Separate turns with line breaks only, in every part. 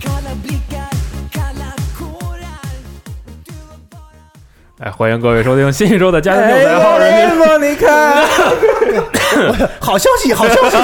Kalla blickar, kalla kårar. Du och bara
哎，欢迎各位收听新一周的《加丢 News》。大家好，我是
哎，
金
莫妮 卡，好消息，好消息，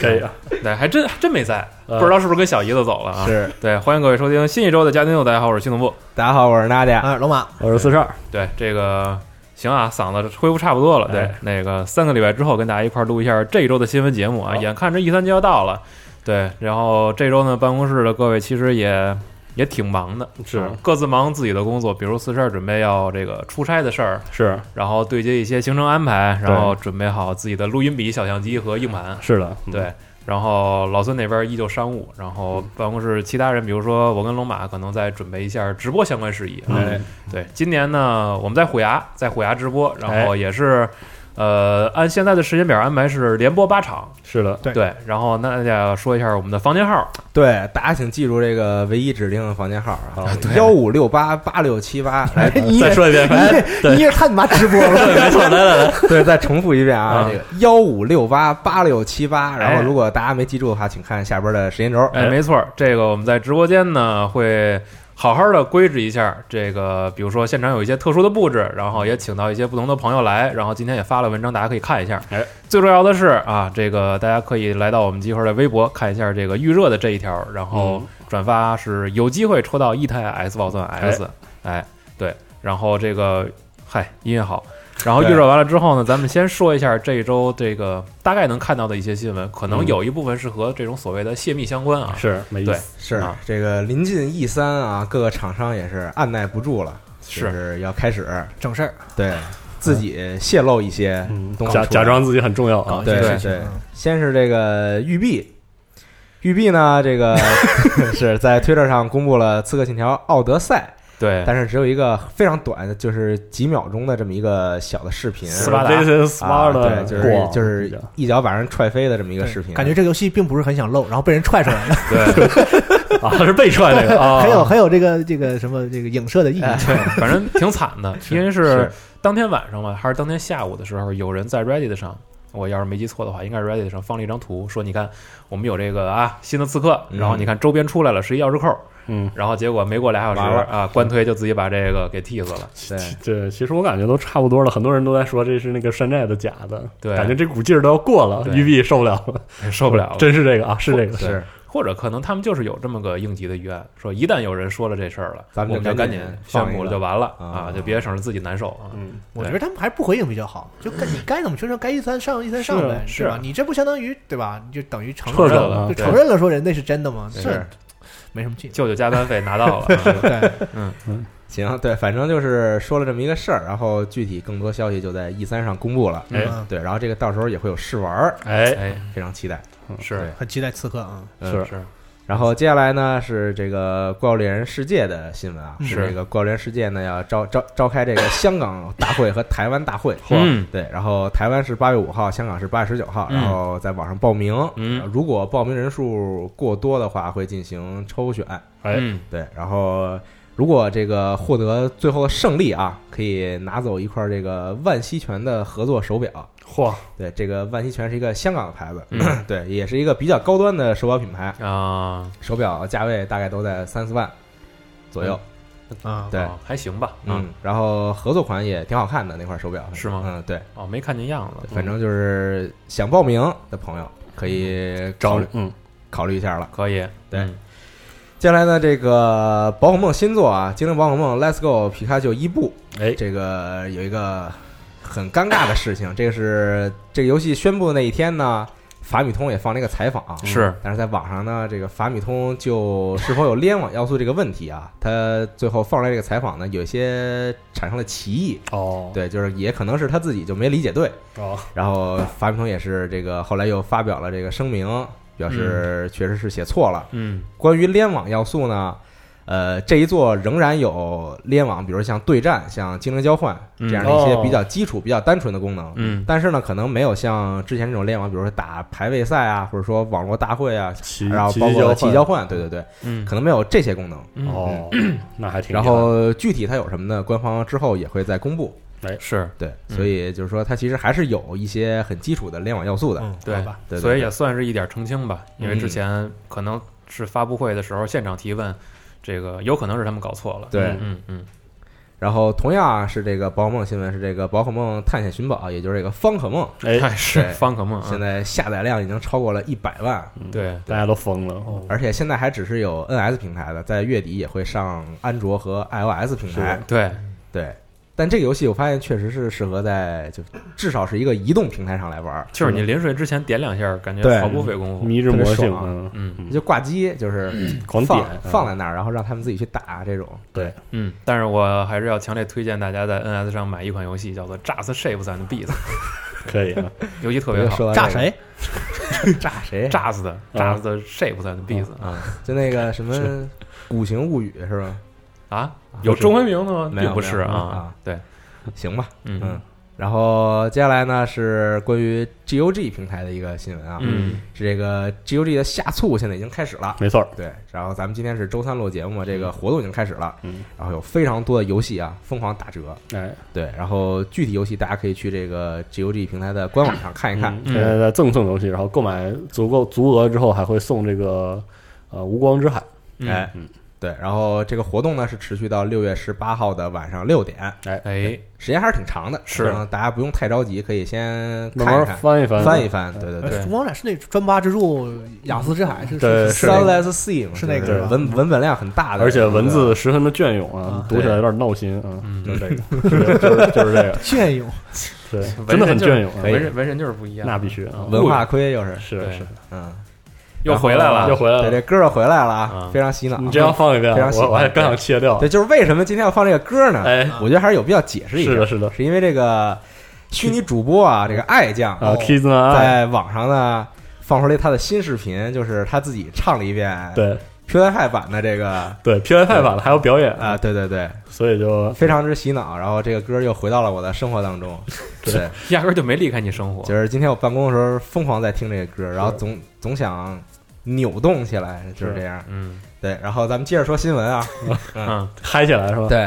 可以啊，对，还真还真没在，不知道是呃不是跟小姨子走了啊？
是
对，欢迎各位收听新一周的《家庭秀》，大家好，我是徐总部。
大家好，我是娜姐，
啊，龙马，
我是四十二，
对，这个行啊，嗓子恢复差不多了。对
哎，
那个三个礼拜之后跟大家一块儿录一下这一周的新闻节目啊，
好
眼看着 E 三就要到了，对，然后这周呢，办公室的各位其实也。也挺忙的，
是
啊各自忙自己的工作，比如四十二准备要这个出差的事儿，
是
然后对接一些行程安排，然后准备好自己的录音笔、小相机和硬盘，
是的，
对，然后老孙那边依旧商务，然
嗯
后办公室其他人，比如说我跟龙马，可能在准备一下直播相关事
嗯
宜。
嗯
哎，
对，今年呢，我们在虎牙，在虎牙直播，然后也是，呃，按现在的时间表安排是连播八场。
是的，
对
对，然后那大家说一下我们的房间号，
对，大家请记住这个唯一指定的房间号啊
对，
幺五六八八六七八，来，
哎你
再
也
说一哎遍，
你也太你妈直播 了，
对，再重复一遍啊
啊，
这个幺五六八八六七八，然
哎
后如果大家没记住的话，请看下边的时间轴，
哎，没错儿，这个我们在直播间呢会好好的规制一下儿这个，比如说现场有一些特殊的布置，然后也请到一些不同的朋友来，然后今天也发了文章，大家可以看一下。
哎，
最重要的是啊，这个大家可以来到我们集合的微博看一下这个预热的这一条，然
嗯
后
哦
转发是有机会抽到一 E 台 S 宝钻 S，哎对，然后这个嗨音乐好。然后预
对
热完了之后呢，咱们先说一下这一周这个大概能看到的一些新闻，可能
嗯
有一部分是和这种所谓的泄密相关啊。
是没意
对
思，
是
啊
这个临近 E 三啊，各个厂商也是按耐不住了，就是是要开始
整事儿，
对自己泄露一些
嗯
东西出
假
来，
假装自己很重要啊
搞一，
对
些
对
事
对
情，嗯
先是这个育碧， 育碧呢，这个 是在推特上公布了《刺客信条：奥德赛》，
对，
但是只有一个非常短的，就是几秒钟的这么一个小的视频。
斯巴达
This is
啊，
smart，
对，就是就是
过
一脚把人踹飞的这么一个
对
视频，
感觉这个游戏并不是很想露，然后被人踹出来了，
对，
啊，是被踹 那个啊，
很有很有这个这个什么这个影射的意义，
反正挺惨的，因为是
是
当天晚上吧，还是当天下午的时候，有人在 Reddit 上，我要是没记错的话，应该是 Reddit 上放了一张图，说你看我们有这个啊新的刺客，
嗯
然后你看周边出来了是一钥匙扣，
嗯，
然后结果没过俩小
完
时
了
啊，官推就自己把这个给 T 死了，
对，
这其实我感觉都差不多了，很多人都在说这是那个山寨的假的，
对
感觉这股劲儿都要过了，
对
育碧受不了了，
受不了了。
真是这个啊，是这个，
是
或者可能他们就是有这么个应急的预案，说一旦有人说了这事儿了，
咱们
我
就
们就赶紧宣
赶紧放
布
一
了
个
就完了
啊
啊，就别省着自己难受啊。
嗯，
我觉得他们还是不回应比较好，就该你该怎么宣传，该一三上一三上呗，
是
对吧？你这不相当于对吧？你就等于承
撤
认
走
了，
了
就
对
承认了说人那是真的吗？
对
这没什么劲，
舅舅加班费 拿到了，啊
对，
行，对，反正就是说了这么一个事儿，然后具体更多消息就在 E 三上公布了。
哎
嗯，
对，然后这个到时候也会有试玩儿，
哎，
哎，
非常期待。
嗯
是
很期待刺客啊，
嗯
是
是，
然后接下来呢是这个《怪物猎人世界》的新闻啊，
嗯
是
是
这个《怪物猎人世界呢》要召召召开这个香港大会和台湾大会，
嗯
对，然后台湾是八月五号，香港是八月十九号，
嗯
然后在网上报名，
嗯
如果报名人数过多的话，会进行抽选，
哎
嗯，
对，然后如果这个获得最后的胜利啊，可以拿走一块这个万希泉的合作手表，
嚯，
对，这个万希泉是一个香港的牌子，
嗯
对，也是一个比较高端的手表品牌，
啊，
手表价位大概都在三四万左右。
啊，
对
哦还行吧，啊
嗯，，然后合作款也挺好看的那块手表，
是吗
嗯，对，
哦，没看见样子，
反正就是想报名的朋友可以考虑
嗯，
考虑一下了。
可以，
对
嗯
接下来呢，这个宝可梦新作啊，《精灵宝可梦 Let's Go 皮卡丘》伊布，
哎，
这个有一个很尴尬的事情，这个是这个游戏宣布的那一天呢，法米通也放了一个采访啊，
是
但是在网上呢，这个法米通就是否有联网要素这个问题啊，他最后放出来这个采访呢，有一些产生了歧义。
哦
对，就是也可能是他自己就没理解对，
哦，
然后法米通也是这个后来又发表了这个声明，表
嗯
示确实是写错了。
嗯
关于联网要素呢，呃，这一座仍然有联网，比如像对战、像精灵交换这样的一些
嗯哦
比较基础、比较单纯的功能。
嗯
但是呢，可能没有像之前这种联网，比如说打排位赛啊，或者说网络大会啊，
奇
然后
奇
包
迹
括
交
奇迹
换
交换，对对对，
嗯
可能没有这些功能。
哦， 那还挺
然
厉害的
后具体它有什么呢？官方之后也会再公布。
是，
对，
嗯
所以就是说，它其实还是有一些很基础的联网要素的。
嗯，
对
好吧，
对对
所以
对嗯
也算是一点澄清吧，因为之前可能是发布会的时候现场提问，这个有可能是他们搞错了。
对
嗯嗯
然后同样啊是这个宝可梦新闻是这个宝可梦探险寻宝，也就是这个方可梦，
嗯，
哎，
哎是
对
方可梦，
现
啊，
在下载量已经超过了一百万，
对，
大家都疯了，
哦
而且现在还只是有 NS 平台的，在月底也会上安卓和 iOS 平台。
对
对，但这个游戏我发现确实是适合在就至少是一个移动平台上来玩儿，
就是你临睡之前点两下，感觉
对
毫不费功夫。
迷之
哦
魔
特别
性，
爽啊
嗯，
嗯
就挂机就是
狂
放
点
放在那儿，然后让他们自己去打这种。
对，
嗯，但是我还是要强烈推荐大家在 NS 上买一款游戏，叫做《炸死 Shapes and Beats》，
可以啊，
游戏特别好，
说哎嗯到这
炸
个
谁？
炸谁？
炸死的，炸死的 Shapes and Beats
啊！就那个什么《古行物语》是吧？
啊，有中文名的吗？
没有
并不是
没有
啊
啊，
对，
行吧，
嗯
嗯。然后接下来呢是关于 GOG 平台的一个新闻啊，
嗯
是这个 GOG 的下促现在已经开始了，
没错儿，
对，然后咱们今天是周三录节目嘛，这个活动已经开始了，
嗯，
然后有非常多的游戏啊，疯狂打折，
哎，
对，然后具体游戏大家可以去这个 GOG 平台的官网上看一看，
嗯
呃，赠送游戏，然后购买足够足额之后，还会送这个呃无光之海，
嗯
哎，
嗯
对，然后这个活动呢是持续到六月十八号的晚上六点，
哎，
时间还是挺长的，
是
然后大家不用太着急，可以先
慢
看一
慢
看，
翻一翻，啊
翻一哎翻，对对对。
对
烛光展哎是那专八之柱，雅思之海是
对
是
是
Sunless Sea 嘛
是那个
对
是吧
文文本量很大的，
而且文字十分的隽永啊
啊，
读起来有点闹心啊，
嗯
就是这个，是就是就是这个，
隽永，
对，
文
真
人
的很
就是
隽永啊，
文人文人就是不一样，
那必须啊，
文化亏又是，
是
对
是，
嗯，
又回来
又
了，
回来
对，
了，
这歌儿又回来了啊
啊，
非常洗脑。
呃你这样放一遍啊
非常，喜欢
我我还刚想切掉，
对，就是为什么今天要放这个歌呢？
哎，
我觉得还是有必要解释一下。
是的，是的
是因为这个虚拟主播啊，这个爱酱
啊
哦
，Kids 呢，
在网上呢放出来他的新视频，就是他自己唱了一遍
对
PYI 版的这个
对 p y 派版了还有表演
啊，，对对对，
所以就
非常之洗脑。然后这个歌又回到了我的生活当中，
对
对，
压根儿就没离开你生活
就。是今天我办公的时候疯狂在听这个歌，然后总总想扭动起来，就是这样。
嗯
对，然后咱们接着说新闻啊，
嗯
嗨起来是吧？
对，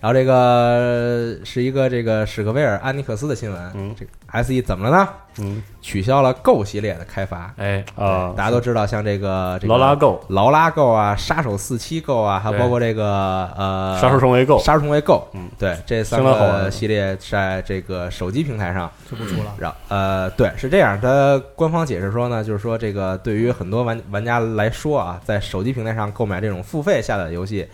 然后这个是一个这个史克威尔安尼克斯的新闻，
嗯
这个 S E 怎么了呢？
嗯
取消了 Go 系列的开发
哎
啊
对，大家都知道，像这个这个
劳拉 Go，
劳拉 Go 啊，杀手四七 Go 啊，还有
对
包括这个呃
杀手重围 Go，
杀手重围 Go，
嗯，
对，这三
相当好玩啊
个
的
系列在这个手机平台上，
就不出了。
然后呃，对，是这样，它官方解释说呢，就是说这个对于很多玩玩家来说啊，在手机平台上购买这种付费下载的游戏，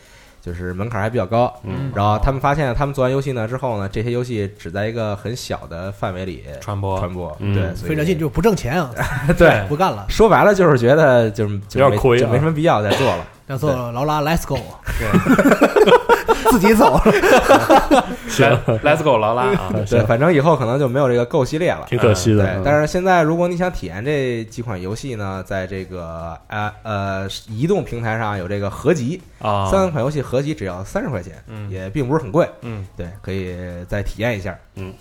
就是门槛还比较高，
嗯
然后他们发现，他们做完游戏呢之后呢，这些游戏只在一个很小的范围里
传播
传播，
嗯
对，所以
费这劲就不挣钱啊，
对。
不干了，
说白了就是觉得就是就
有点
没
亏啊
就没什么必要再做 了。
让做劳拉 Let's Go，自 己走了，
行，
来 Let's go 劳拉啊，
啊
对，
行，
反正以后可能就没有这个 Go 系列了。
挺可惜的
对，，
嗯
但是现在如果你想体验这几款游戏呢，在这个呃呃移动平台上有这个合集，
啊，
三款游戏合集只要三十块钱，
嗯
也并不是很贵。
嗯
对，可以再体验一下。
嗯，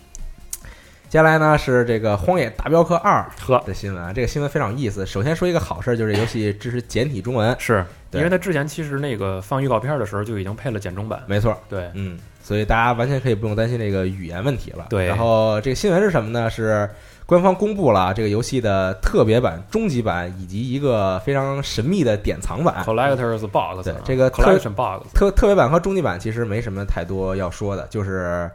接下来呢是这个《荒野大镖客二》
呵，
的新闻啊，这个新闻非常有意思。首先说一个好事儿，就是这游戏支持简体中文，
是
对
因为他之前其实那个放预告片的时候就已经配了简中版，
没错，
对，
嗯，所以大家完全可以不用担心这个语言问题了。
对
然后这个新闻是什么呢？是官方公布了这个游戏的特别版、终极版以及一个非常神秘的典藏版。
Collectors Box，
嗯对
啊
这个特
Collection Box，
特特别版和终极版其实没什么太多要说的，就是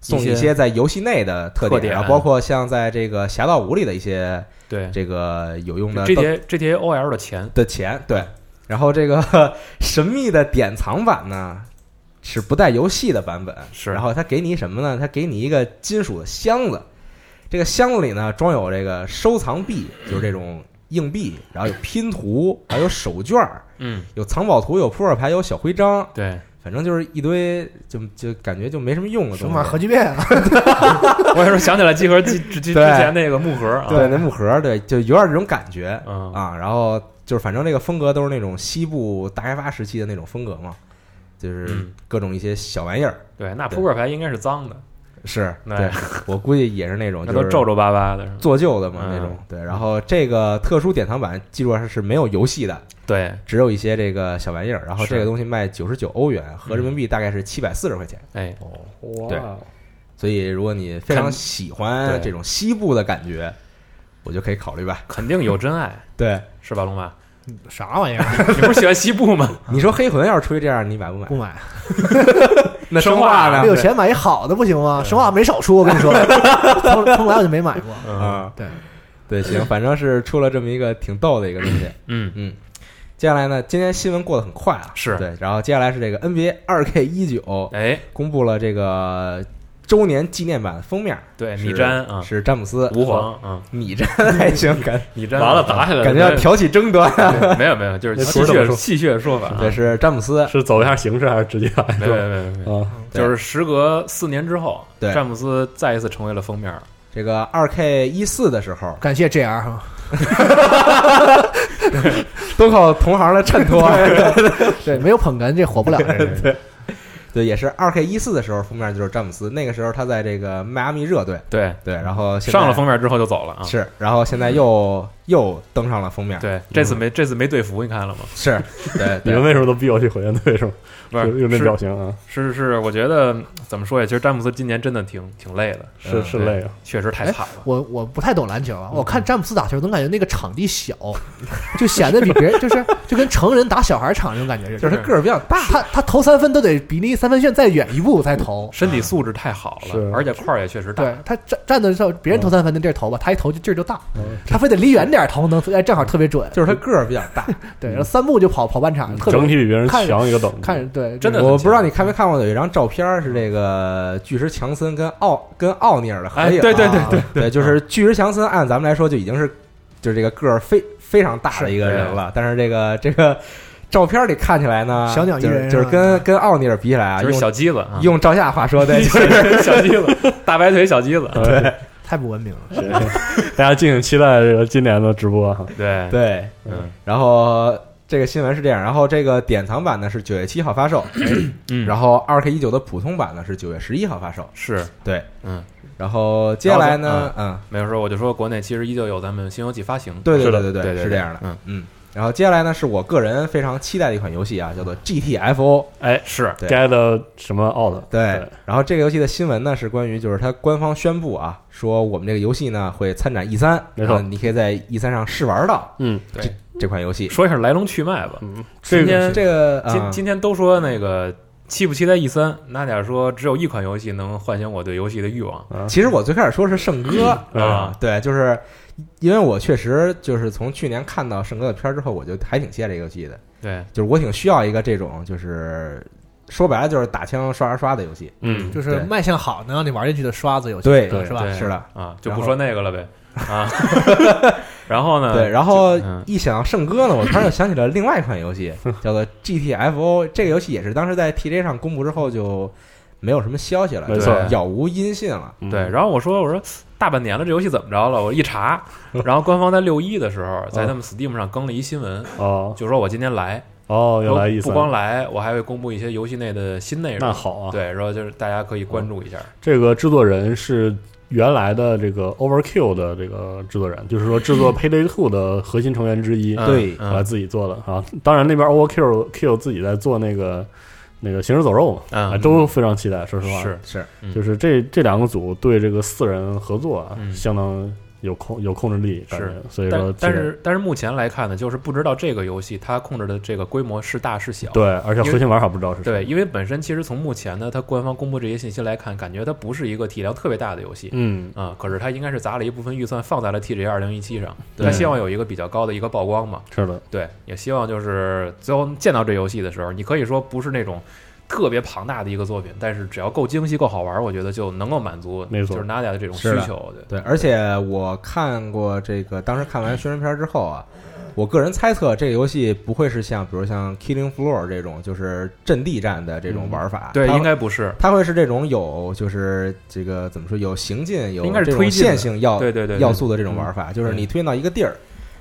送
一
一些
些
在游戏内的特
特
点，
点
然后包括像在这个《侠盗五》里的一些
对
这个有用的道
GTA GTA OL 的钱，
的钱，对。然后这个 神秘的典藏版呢，是不带游戏的版本，
是
然后它给你什么呢？它给你一个金属的箱子，这个箱子里呢装有这个收藏币，就是这种硬币，然后有拼图，还有手绢儿，
嗯，
有藏宝图，有扑克牌，有小徽章，
对，
反正就是一堆就就感觉就没什么用的
什
东
么玩意儿
西
核。聚变啊？
我也是想起来集合之之之之
对
前那个木盒啊，
对，那木盒儿，对，就有点这种感觉
嗯
啊。然后就是反正这个风格都是那种西部大开发时期的那种风格嘛，就是
嗯
各种一些小玩意儿。
对，那
对
扑克牌应该是脏的，
是
对
对，我估计也是那种
那
就
都
是
皱皱巴巴的，是吗？
做旧的嘛那种
嗯。
对，然后这个特殊典藏版记住它是没有游戏的，
对，
只有一些这个小玩意儿。然后
是嗯
这个东西卖九十九欧元，合人民币大概是七百四十块钱。
哎，对
哦哇，
所以如果你非常喜欢
对
这种西部的感觉，我就可以考虑吧。
肯定有真爱，
对，
是吧，龙马？
啥玩意儿？啊
你不是喜欢西部 吗？
你说黑魂要是出去这样，你买不买
不？买，
嗯
那
生
生
化
化
啊
呢？
没有钱买一好的不行吗？生化没少出，我跟你说，从从来我就没买过。
啊，
对，
对，行，反正是出了这么一个挺逗的一个东西。
嗯，
接下来呢，今天新闻过得很快啊，
是
对，然后接下来是这个 NBA 二 K 一九
哎，
公布了这个周年纪念版封面，
对，
是
你詹啊，
是嗯詹姆斯
吾，皇啊，
你这还行，感
你詹啊
完了，打起来了，
感觉要挑起争端。
对没有没有，就是
那
戏
不是这么
谑
说
戏谑说法啊，
对，是詹姆斯，
是走一下形式还是直接来？
没有没有没有没有，
啊，
对
就是时隔四年之后，
对
詹姆斯再一次成为了封面儿，
这个二 K 一四的时候，
感谢 JR 哈，
都靠同行的衬 托。
对，没有捧哏这火不了。
对，也是二 K 一四的时候，封面就是詹姆斯。那个时候他在这个迈阿密热队，
对，
对，然后现在
上了封面之后就走了啊，
是，然后现在又又登上了封面，
对，这次没这次没队服，你看了吗？
是，对
你们
对
为什么都逼我去火箭队是吗？
不
就是用这表
是
情啊，
是是，我觉得怎么说呀？其实詹姆斯今年真的挺挺累的，
是是累啊，
确实太惨了。
我我不太懂篮球啊，我看詹姆斯打球总感觉那个场地小，就显得比别人就是就跟成人打小孩场那种感觉似的，
就是他个儿比较大，
他他投三分都得比离三分线再远一步才投。
身体素质太好了
是，
而且块儿也确实大。
对他站站的时候，别人投三分的地儿投吧，他一投就劲儿就大，
嗯
他非得离远点儿投，能哎正好特别准。
就是他个儿比较大。
对，然后三步就跑跑半场，特别
整体比别人
看
强一个等级，
看着对，
真的
我不知道你看没看过，有一张照片儿是这个巨石强森跟奥跟奥尼尔的合
哎，
影、
对对对
啊
对
对，就是巨石强森，按咱们来说就已经是就是这个个儿非非常大的一个人了，但是这个这个照片里看起来呢，
小鸟依
就是
人
就是
啊
跟跟奥尼尔比起来啊，
就是
用
小鸡子啊，
用赵夏话 说，对，就是
小鸡子， 大白腿小鸡子。
对，
太不文明了。
行行哎大家敬请期待这个今年的直播啊哈。
对，
对，
嗯
然后。这个新闻是这样，然后这个典藏版呢是九月七号发售，
嗯，
然后二 K 一九的普通版呢是九月十一号发售。
是
对，
嗯，
然后接下来
哦
呢，嗯，
没有说，我就说国内其实依旧有咱们《新游记》发行。
对对
是的
对
对
对，
对
是这样的，
嗯
嗯。然后接下来呢，是我个人非常期待的一款游戏啊，叫做
嗯
GTFO。
哎
是
对
该的什么 out？对，
然后这个游戏的新闻呢，是关于就是它官方宣布啊，说我们这个游戏呢会参展 E 三，
没错
然后你可以在 E 三上试玩到
嗯
对，
这款游戏。
说一下来龙去脉吧。
嗯，
今
这个
天
这个
呃
啊
今今天都说那个期不期待 E 三，娜姐说只有一款游戏能唤醒我对游戏的欲望。
其实我最开始说是圣歌
嗯
啊，对，就是因为我确实就是从去年看到圣歌的片儿之后，我就还挺期待这个游戏的，
对，
就是我挺需要一个这种就是说白了就是打枪刷刷刷的游戏。
嗯
就
对
是卖相好能让你玩进去的刷子游戏，
对
是吧
对？
是的
啊，就
然
不
后
说那个了 呗。啊， 然后呢？
对，然后
就嗯
一想圣歌呢，我突然又想起了另外一款游戏，叫做 GTFO。这个游戏也是当时在 TJ 上公布之后就没有什么消息了，
没错
就是杳无音信了。
嗯
对，然后我说我说大半年了，这游戏怎么着了？我一 查，然后官方在六一的时候，在他们 Steam 上更了一新闻，
后哦
就说我今天来，
哦，原来意
说
思
不光来，我还会公布一些游戏内的新内
那
容。
好啊，
对，然后就是大家可以关注一下。
这个制作人是原来的这个 Overkill 的这个制作人，就是说制作 Payday Two 的核心成员之一，
嗯
对
啊，
嗯
自己做的啊。当然那边 Overkill Kill 自己在做那个那个行尸走肉嘛，
嗯
啊，都非常期待。说实话，
是
是
嗯
就是这这两个组对这个四人合作啊，
嗯
相当有控有控制力，感觉
是
所以说
但但
期待
是但是目前来看呢，就是不知道这个游戏它控制的这个规模是大是小。
对，而且
因为
核心玩法不知道是什么
对，，因为本身其实从目前呢，它官方公布这些信息来看，感觉它不是一个体量特别大的游戏。
嗯，
啊、可是它应该是砸了一部分预算放在了 TGA 二零一七上，
对
它希望有一个比较高的一个曝光嘛。
是的，
对，也希望就是最后见到这游戏的时候，你可以说不是那种特别庞大的一个作品，但是只要够精细、够好玩，我觉得就能够满足，
没错
就是 Nadia 的这种需
是的
求。对，
对，而且我看过这个，当时看完宣传片之后啊，我个人猜测这个游戏不会是像，比如像 Killing Floor 这种，就是阵地战的这种玩法。
嗯对，
它
应该不是，
它会是这种有，就是这个怎么说，有行进，有
应该是
这种
推进的
线性要
对对嗯对，对
要素的这种玩法，就是你推进到一个地儿，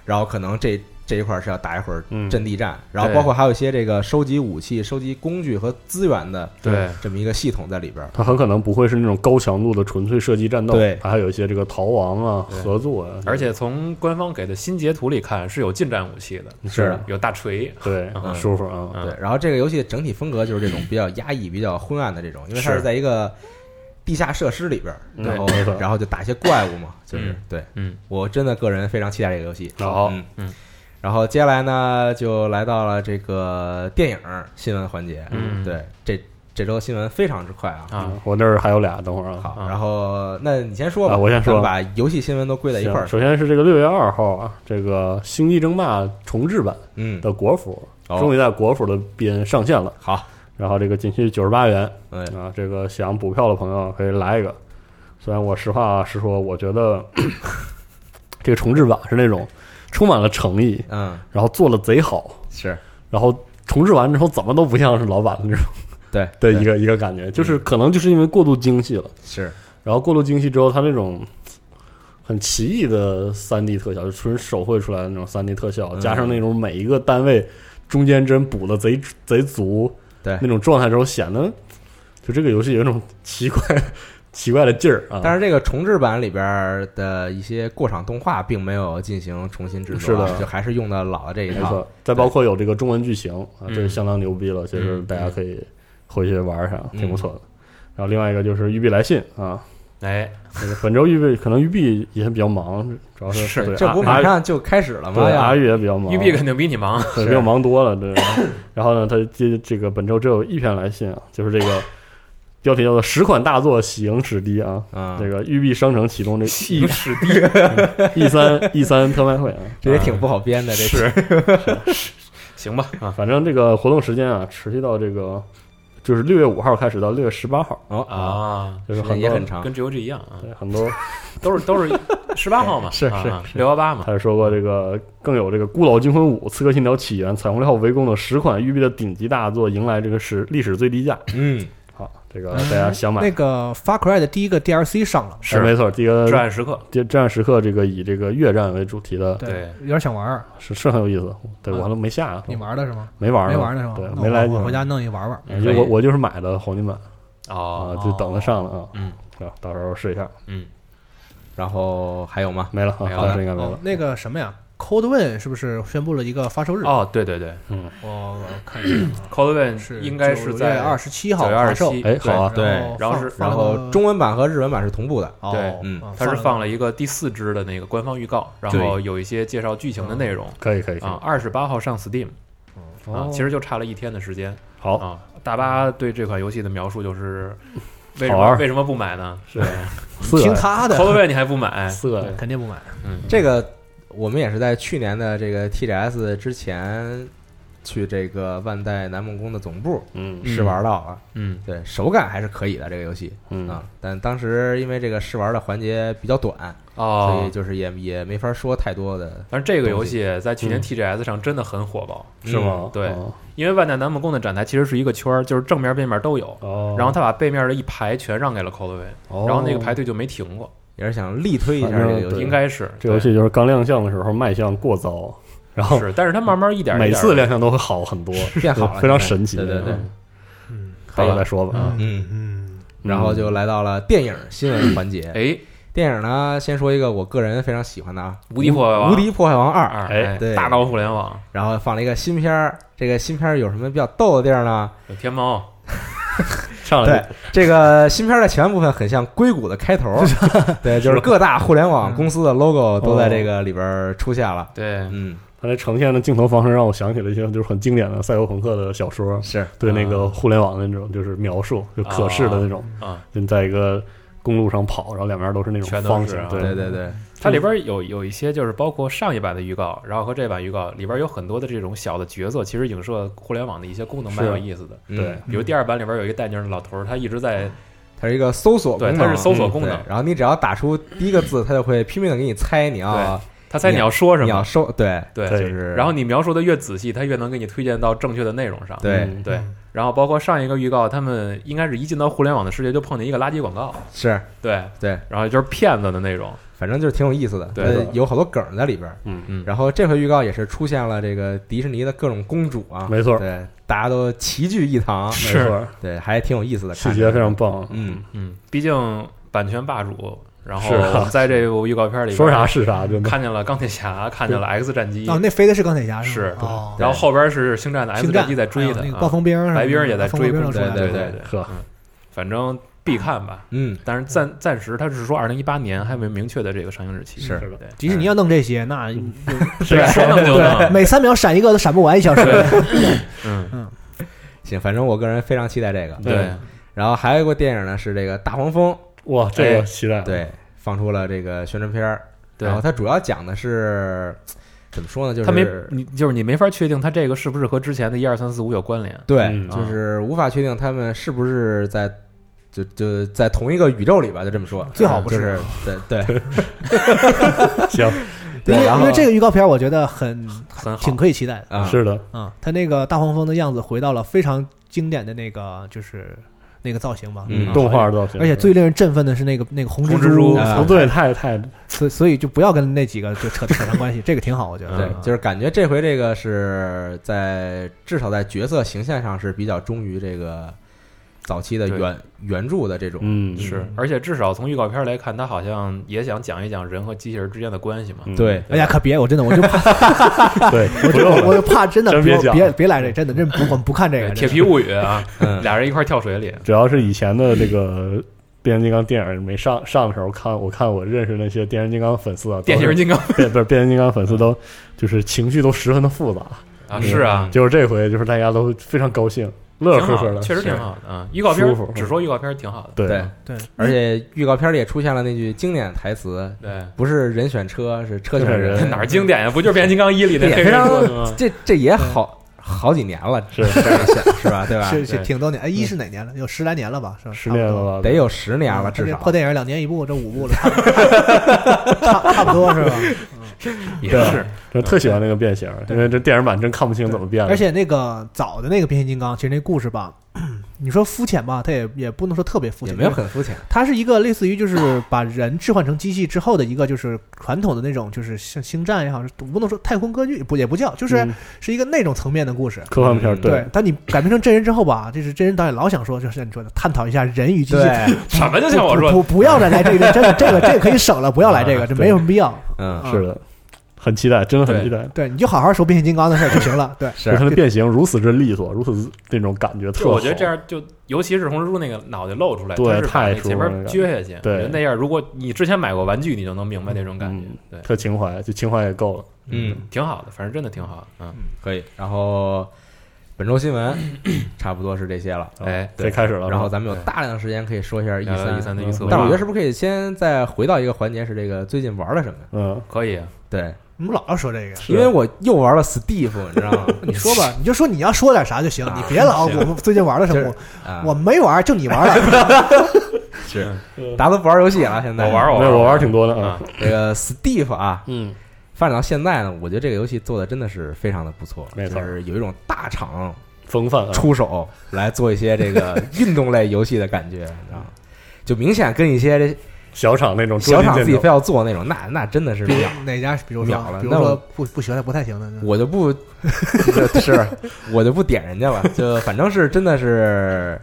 然后可能这这一块儿是要打一会儿
嗯
阵地战，然后包括还有一些这个收集武器、收集工具和资源的
对
这么一个系统在里边儿。
它很可能不会是那种高强度的纯粹射击战斗，
对
它还有一些这个逃亡啊、
对
合作啊，
而且从官方给的新截图里看，是有近战武器的，嗯
是
的
有大锤，
对
嗯
舒服啊，
嗯
对，然后这个游戏整体风格就是这种比较压抑、比较昏暗的这种，因为它
是
是在一个地下设施里边儿，
嗯
然后
没错
然后就打一些怪物嘛，就是、
嗯
对
嗯，
我真的个人非常期待这个游戏。
好
嗯
嗯
然后接下来呢，就来到了这个电影新闻环节。
嗯
对，这这周新闻非常之快啊。
啊，
嗯我那儿还有俩，等会儿啊。
好，
啊
然后那你先说吧，
啊我先
咱
说
们把游戏新闻都归在一块儿
行。首先是这个六月二号啊，这个《星际争霸》重制版
嗯，
的国服
哦
终于在国服的边上线了，
好，
然后这个仅需九十八元
嗯，
啊，这个想补票的朋友可以来一个。虽然我实话实说，我觉得 这个重制版是那种充满了诚意，
嗯，
然后做的贼好，
是
然后重置完之后怎么都不像是老版的那种
对嗯
的一个一个感觉，就是可能就是因为过度精细了，
是
然后过度精细之后，它那种很奇异的三 D 特效，就纯手绘出来的那种三 D 特效，
嗯
加上那种每一个单位中间帧补的贼贼足，
对
那种状态之后，显得就这个游戏有一种奇怪奇怪的劲儿啊。
但是这个重制版里边儿的一些过场动画并没有进行重新制作啊，
是的
就还是用的老的这一
没
套
错。，再包括有这个中文剧情啊，
嗯
这是相当牛逼了。其实大家可以回去玩一下，
嗯
挺不错的。然后另外一个就是育碧来信啊，
哎，
那个本周育碧可能育碧也比较忙，主要
是
对
这不
阿
马上就开始了吗？
对
要
阿玉也比较忙，
玉碧肯定比你忙，
对比
啊
较忙多了。对， 然后呢，他这这个本周只有一篇来信啊，就是这个标题叫做“十款大作喜迎史迪”啊。
啊
这，个育碧商城启动这 E
史蒂
E 三 E 三特卖会啊，
这也挺不好编的，这
是 行吧啊
反正这个活动时间啊，持续到这个就是六月五号开始到六月十八号，
哦啊，
啊，
就是
时间
很
也
多
很长，
跟 GOG 一样啊，
对很多。
都是都 是十八号嘛，啊
是是
六幺八嘛，
他说过这个更有这个《孤岛惊魂五》《刺客信条：起源》《彩虹六号：围攻》等十款育碧的顶级大作迎来这个史历史最低价。
嗯，
好，这个大家想买
那个 Far Cry 的第一个 DLC 上了，
哎没错，这个
啊
至暗时刻，
这这样时刻这个以这个越战为主题的
对
有点想玩儿，
是是很有意思，对
嗯
我还都没下，啊
你玩了是吗？
没玩呢啊
没玩呢是吗？
对
那
没来
我
就
我回家弄一玩玩。
因为我我哎就是买的黄金版啊
哦，，
就等着上了啊，
嗯
啊，到时候试一下，
嗯，
然后还有吗？
没了啊，
没有
当时
了
应该没
哦
了，，
那个什么呀，Cold Win 是不是宣布了一个发售日？
啊
哦，对对对
我看一下啊，
，Cold Win
是
应该是在
二十七号
9月
发售
27，
哎好啊
对
然后是
放
然后中文版和日文版是同步的，
哦
对
嗯
啊
它是
放
放
了
了一个第四支的那个官方预告，然后有一些介绍剧情的内容
可以可以可以
啊。，二十八号上 Steam 啊
哦，
其实就差了一天的时间
好，
啊。大巴对这款游戏的描述 就是，为什
好玩
么
儿
为什么不买呢
是啊
个
四
听
个哎
他的，
？Cold Win 你还不买？嗯
四个
肯定不买。
这个我们也是在去年的这个 TGS 之前去这个万代南梦宫的总部
嗯
嗯
试玩到啊，
嗯
对，手感还是可以的这个游戏
嗯
啊，但当时因为这个试玩的环节比较短，所
哦
以，就是也也没法说太多的，
但是这个游戏在
嗯
去年 TGS 上真的很火爆，
是吗？
对
哦
因为万代南梦宫的展台其实是一个圈儿，就是正面背面都有，
哦，
然后他把背面的一排全让给了 Cold Win，
哦
然后那个排队就没停过，
也是想力推一下
反
这
正
个游
对
应
戏。
该是
这游戏就是刚亮相的时候卖相过糟，然后
是，但是它慢慢一点一点
每次亮相都会好很多，
变好了
非常
现在
神奇。
对对对
嗯，
嗯，
回头再说吧。啊
嗯，
嗯，
然后就来到了电影新闻环节。
嗯
哎，
电影呢，先说一个我个人非常喜欢的啊，《
无敌破坏王啊
无敌破坏王二》，
二
哎
对
大闹互联网，
然后放了一个新片儿。这个新片儿有什么比较逗的地儿呢？
有天猫，
上
对
来，
这个新片儿的前半部分很像硅谷的开头，对，就是各大互联网公司的 logo 都在这个里边儿出现了。
对，
嗯，
它这呈现的镜头方式让我想起了一些就是很经典的赛博朋克的小说，
是
对那个互联网的那种就是描述，就可视的那种，
啊，
就你在一个公路上跑，然后两边都是那种
全都
方
是
形
啊，
对
对对对，
它里边有有一些就是包括上一版的预告，然后和这版预告里边有很多的这种小的角色，其实影射互联网的一些功能，蛮
是
有意思的。
嗯
对，
比如第二版里边有一个戴眼镜的老头儿，他一直在
它是一个搜索功
对，
能，
他是搜索
嗯
功
对
能，
然后你只要打出第一个 字，它就会拼命的给你猜你要
他猜你要说什
你要
么，
搜对，
对。
对
就是
然后你描述的越仔细，他越能给你推荐到正确的内容上。
对
嗯
对，然后包括上一个预告，他们应该是一进到互联网的世界就碰见一个垃圾广告，
是
对
对，
然后就是骗子的那种，
反正就是挺有意思的，
对
呃
对
有好多梗儿在里边儿。
嗯，
嗯，
然后这回预告也是出现了这个迪士尼的各种公主啊，
没错，没
对，大家都齐聚一 堂，
是
错，
对，还挺有意思的，
细节非常，棒，
嗯，
嗯，毕竟版权霸主，然后
是啊
我们在这部预告片里
说啥是啥，真的。
看见了钢铁侠，看见了 X 战机，
哦，那飞的是钢铁侠
是
吗？哦，
然后后边是星战的 X
星
战
战
机在追
还
他，
有那个
啊
暴风兵什么的，
白兵也在
暴风
追
兵
捕，
都出来了
对
对
对，嗯
呵，
反正必看吧。
嗯，
但是暂暂时他是说二零一八年还没明确的这个上映日期，
是
对，嗯
迪士尼要弄这些，那
是说弄就 弄，
每三秒闪一个都闪不完，一小时。
嗯，
行，反正我个人非常期待这个。
对，
然后还有一个电影呢，是这个《大黄蜂》，
哇，这个期待，，
对，放出了这个宣传片儿，
嗯对
然后它主要讲的是怎么说呢，就是
他没你就是你没法确定他这个是不是和之前的一二三四五有关联，
对，
嗯
就是无法确定他们是不是在就就在同一个宇宙里吧，就这么说，
最好不
就是是对对
行，
因
对，
为
然
因
后
为这个预告片，我觉得很
很好嗯
挺，可以期待的
啊
是的，
啊。他那个大黄蜂的样子回到了非常经典的那个，就是那个造型嘛，
嗯
啊
动画。造型，
而且最令人振奋的是那个那个红
红
蜘
蜘蛛
啊
不对，太太
所以所以就不要跟那几个就扯扯上关系，这个挺好，我觉得。
对
啊，
就是感觉这回这个是在至少在角色形象上是比较忠于这个早期的
对
原原著的这种，
嗯
是，而且至少从预告片来看，他好像也想讲一讲人和机器人之间的关系嘛。
嗯
对，
哎呀，可别！我真的，我就怕，
对，
我
不
就
用
我
了，
就怕，真的
真别
别
讲
别别来这，真的，真不，我们不看这
对
个。
铁
真
皮
的
物语啊，
嗯，
俩人一块儿跳水里，
主要是以前的这个。变形金刚电影没上上的时候，看我看我认识那些变形金刚粉丝啊，都
变
是
形金刚
变不是变形金刚粉丝都就是情绪都十分的复杂嗯
啊，是啊，
就是这回就是大家都非常高兴，乐
挺
呵呵
好，
的，
确实挺
是，
好的啊。预告
舒服
片只说预告片挺好的，
对
对，
对，
而且预告片里也出现了那句经典台词，
对，
不是人选车，是车选
车 选
哪儿经典呀？不就是变形金刚一里那
这
黑
也
人
非常
说的 吗？
这这也好好几年了，
是
这样想是吧？啊对吧？
是是
对
挺多年，哎，一是哪年了？有十来年了吧？是吧？
失恋了吧？
得有十年了，
嗯这
至少
破电影两年一部，这五部了，差不多 差差不多是吧？
也
对
是，
真特喜欢那个变形，因为这电影版真看不清怎么变了。
而且那个早的那个变形金刚，其实那故事吧，你说肤浅吧，它也也不能说特别肤
也
浅，
没有很肤浅，
它是一个类似于就是把人置换成机器之后的一个就是传统的那种就是像星战也好，不能说太空歌剧不也不叫，就是、
嗯
是一个那种层面的故事。
科幻片儿，
嗯
对，
但你改编成真人之后吧， 就是真人导演老想说，就是像你说的，探讨一下人与机器。
对，
什么就像我
不
说，
不不要再来这个，真的这个这个可以省了，不要 来这个，这没有什么必要。
嗯，
是的，很期待，真的很期待。
对，你就好好说变形金刚的事儿就行了。对，
是
就它的变形如此之利索，如此那种感觉，特
就我觉得
好
这样就，尤其是红蜘蛛那个脑袋露出来，
对
它是把
太
那
舒
前
服了
面
那
撅下去，
对
我觉得那样如果你之前买过玩具，你就能明白那种感觉
嗯，
对，
特情怀，就情怀也够了。
嗯，
挺好的，反正真的挺好的，嗯，
可以。然后本周新闻差不多是这些了，
哎，
可以开始了吧。
然后咱们有
对
大量的时间可以说一下一
聊呃聊一三
三。
的预测吧，
嗯但我觉得是不是可以先再回到一个环节，是这个最近玩了什么？
嗯，
可以，啊
对，
你们老要说这个，
是啊
因为我又玩了 Steve，你知道 吗？
你 说吧，你就说你要说点啥就行，你别老
行
我们最近玩了什
啊就
么
是，啊，
我我没玩，就你 玩了。
是达都不玩游戏了，现在
我玩
对我玩挺多
嗯
的哦
嗯
啊。
这个 Steve 啊，
嗯，
发展到现在呢，我觉得这个游戏做的真的是非常的不错，
没错
就是有一种大厂
风范啊，
出手来做一些这 个运动类游戏的感觉，你知道吗？就明显跟一些这
小厂那种捉
小厂
襟
自己
见
非要做那种，那那真的是 秒。
哪家？比如
秒
说
了，
比如
那
说
我
不不喜欢不太行的，
我就 不是，我就不点人家了，就反正是真的是。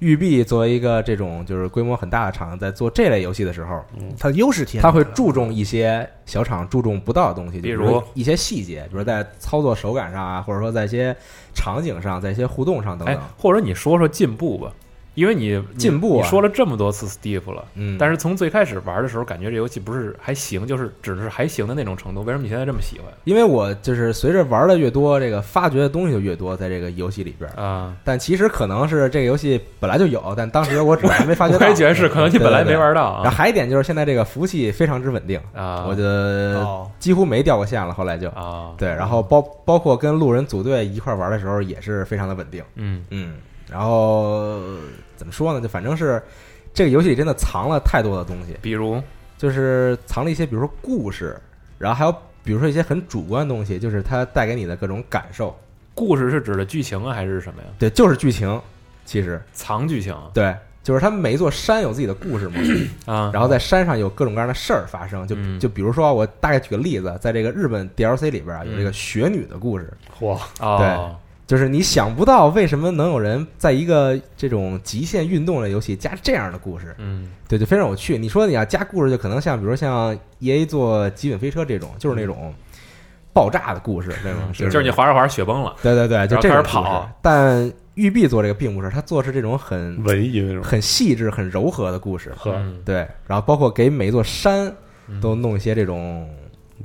育碧作为一个这种就是规模很大的厂，在做这类游戏的时候，
它的优势体现出
他
来了。
会注重一些小厂注重不到的东西，就
比如
说一些细节，比如在操作手感上啊，或者说在一些场景上，在一些互动上等
哎
等。，
或者你说说进步吧，因为你你
进步啊
你说了这么多次 Steve 了。
嗯，
但
是
是从最开始玩的时候，感觉这游戏不是还行，就是只是还行的那种程度。为什么你现在这么喜欢
因为我就是随着玩的越多，这个发掘的东西就越多，在这个游戏里边儿。
啊？
但其实可能是这个游戏本来就有，但当时我只是没发觉
我
到。
也觉得是，可能你本来没玩到
然
啊
后还一点就是现在这个服务器非常之稳定，
啊，
我就
哦，
几乎没掉过线了。后来就
啊，
对，然后包包括跟路人组队一块玩的时候也是非常的稳定。
嗯
嗯，然后怎么说呢？就反正是这个游戏里真的藏了太多的东西，
比如
就是藏了一些，比如说故事，然后还有比如说一些很主观的东西，就是它带给你的各种感受。
故事是指的剧情啊，还是什么呀？
对，就是剧情，其实
藏剧情啊
对，就是他们每一座山有自己的故事嘛，
啊
然后在山上有各种各样的事儿发生。就
嗯
就比如说，我大概举个例子，在这个日本 DLC 里边啊，有这个雪女的故事。
哇，
哦
就是你想不到为什么能有人在一个这种极限运动类游戏加这样的故事，
嗯
对，就非常有趣。你说你要加故事，就可能像比如像 E A 做《极品飞车》这种，就是那种爆炸的故事，对吗？
嗯就是是你滑着滑着雪崩了，
对对对，就这
然后开始
种
跑
故事。但育碧做这个并不是，他做的是这种很
文艺那种，
很细致、很柔和的故事，
呵，
嗯
对。然后包括给每一座山
嗯
都弄一些这种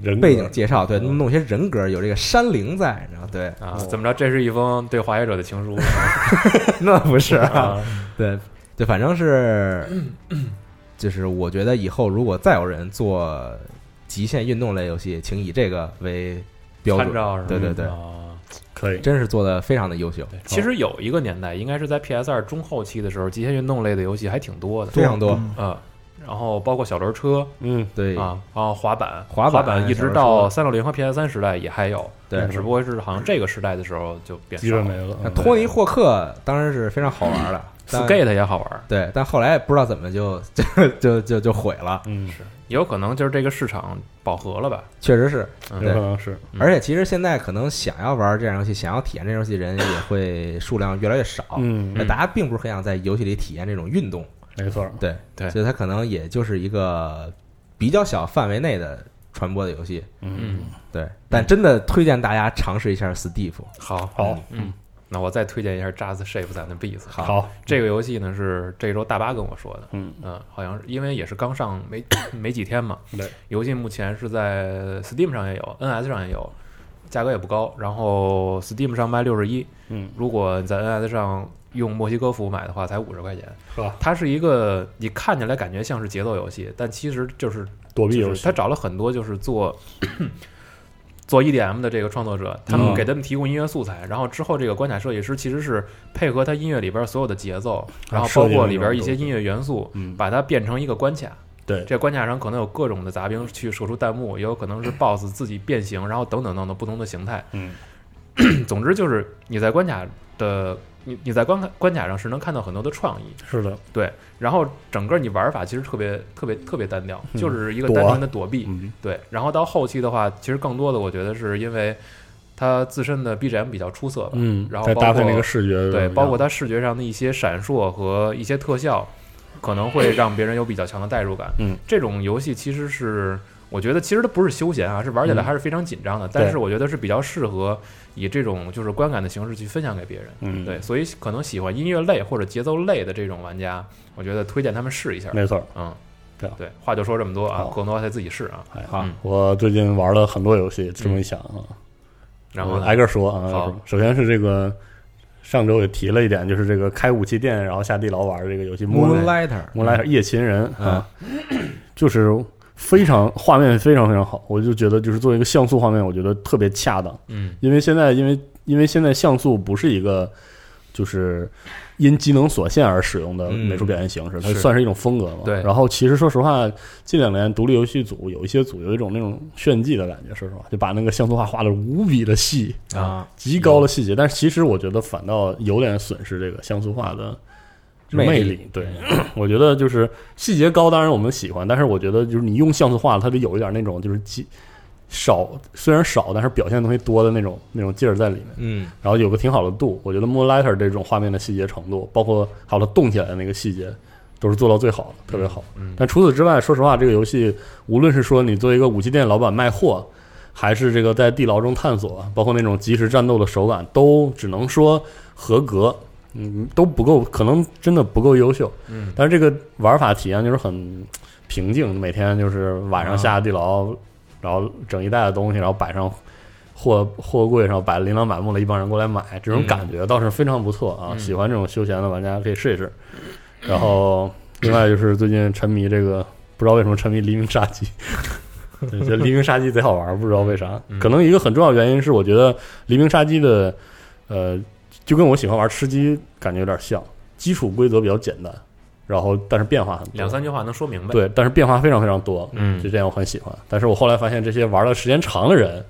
人格
背景介绍，对，
嗯
弄一些人格，有这个山灵在，然后对，
啊，
哦
怎么着？这是一封对滑雪者的情书
那不是
啊
对，就反正是，就是我觉得以后如果再有人做极限运动类游戏，请以这个为标
参
准。
照是吧？
对对对
啊
可以，
真是做的非常的优秀，
其实有一个年代，应该是在 PS 二中后期的时候，极限运动类的游戏还挺多的，
非常多。
嗯，然后包括小轮车
嗯，
对，
啊，然后滑板，
滑
板，
板
一直
小
到
轮
三六零和 PS 三时代也还有，
对
只不过是好像这个时代的时候就变
基
少
本
了
没。了
那
嗯。
托尼霍克当然是非常好玩的但
Skate 也好玩，
对，但后来不知道怎么就 就就就就毁了，
嗯，
也有可能就是这个市场饱和了吧？
确实是。
嗯
有可能是
嗯
而且其实现在可能想要玩这样游戏、想要体验这样游戏的人也会数量越来越少。
嗯
那，大家并不是很想在游戏里体验这种运动，
没错，
对
对
所以它可能也就是一个比较小范围内的传播的游戏。
嗯，
对，但真的推荐大家尝试一下 Steve。
好，
好，
嗯，那我再推荐一下《Just Shape That Beats》。
好，
这个游戏呢是这周大巴跟我说的，
嗯
好像是因为也是刚上没没几天嘛。
对，
游戏目前是在 Steam 上也有，NS 上也有，价格也不高。然后 Steam 上卖六十一，
嗯，
如果你在 NS 上用墨西哥服买的话，才五十块钱。
呵，
它是一个你看起来感觉像是节奏游戏，但其实就是
躲避
就
游
是
戏，
他找了很多就是做做 EDM 的这个创作者，他
嗯
们给他们提供音乐素材，然后之后这个关卡设计师其实是配合他音乐里边所有的节奏，然
啊
后包括里边一些音乐元素，
嗯，
把它变成一个关卡。
对，
这关卡上可能有各种的杂兵去射出弹幕，也有可 能是 BOSS 自己变形，然后等等等等不同的形态。
嗯，
总之就是你在关卡的你你在关卡关卡上是能看到很多的创意，
是的，
对。然后整个你玩法其实特别特别特别单调，
嗯
就是一个
躲
单纯的躲避。
嗯，
对，然后到后期的话，其实更多的我觉得是因为它自身的 BGM 比较出色吧，
嗯，
然后
再
包
搭配
括
那个视觉，
对，包括它视觉上的一些闪烁和一些特效，可能 会让别人有比较强的代入感。
嗯，
这种游戏其实是我觉得其实它不是休闲啊，是玩起来
嗯
还是非常紧张的，但
对
是我觉得是比较适合以这种就是观感的形式去分享给别人。
嗯，
对，，所以可能喜欢音乐类或者节奏类的这种玩家，我觉得推荐他们试一下。
没错，
嗯，
对啊
对，话就说这么多啊
好，
更多还得自己试啊。
哎哈
嗯，
我最近玩了很多游戏，这么一想啊，
然后
我
呢
挨个说啊
好，
首先是这个上周也提了一点，就是这个开武器店然后下地牢玩这个游戏《Moonlight
Moonlighter，
Moonlight》夜
嗯
勤人啊，就是非常画面非常非常好，我就觉得就是做一个像素画面，我觉得特别恰当，
嗯
因为现在因为因为现在像素不是一个就是因机能所限而使用的美术表现形式，它
嗯是
算是一种风格嘛。
对
然后其实说实话，近两年独立游戏组有一些组有一种那种炫技的感觉，说实话，就把那个像素化画的无比的细，
啊，
极高的细节。但是其实我觉得反倒有点损失这个像素化的。
魅
魅
力
力，嗯对我觉得就是细节高，当然我们喜欢，但是我觉得就是你用像素化，它得有一点那种就是极少，虽然少，但是表现的东西多的那种那种劲儿在里面。
嗯，
然后有个挺好的度。我觉得 Moonlighter 这种画面的细节程度，包括还有它动起来的那个细节，都是做到最好的，特别好。
嗯
但除此之外，说实话，这个游戏无论是说你作为一个武器店老板卖货，还是这个在地牢中探索，包括那种即时战斗的手感，都只能说合格。嗯，都不够，可能真的不够优秀。
嗯，
但是这个玩法体验就是很平静，每天就是晚上下地牢，
啊
然后整一袋子东西，然后摆上货货柜上摆得琳琅满目了，一帮人过来买，这种感觉倒是非常不错啊！
嗯
喜欢这种休闲的玩家可以试一试。然后另外就是最近沉迷这个，不知道为什么沉迷《黎明杀机》。 对觉得《黎明杀机》贼好玩，不知道为啥。
嗯
可能一个很重要的原因是，我觉得《黎明杀机》的，呃，就跟我喜欢玩吃鸡感觉有点像，基础规则比较简单，然后但是变化很多，
两三句话能说明白。，
对，但是变化非常非常多，
嗯
就这样我很喜欢。但是我后来发现，这些玩的时间长的人，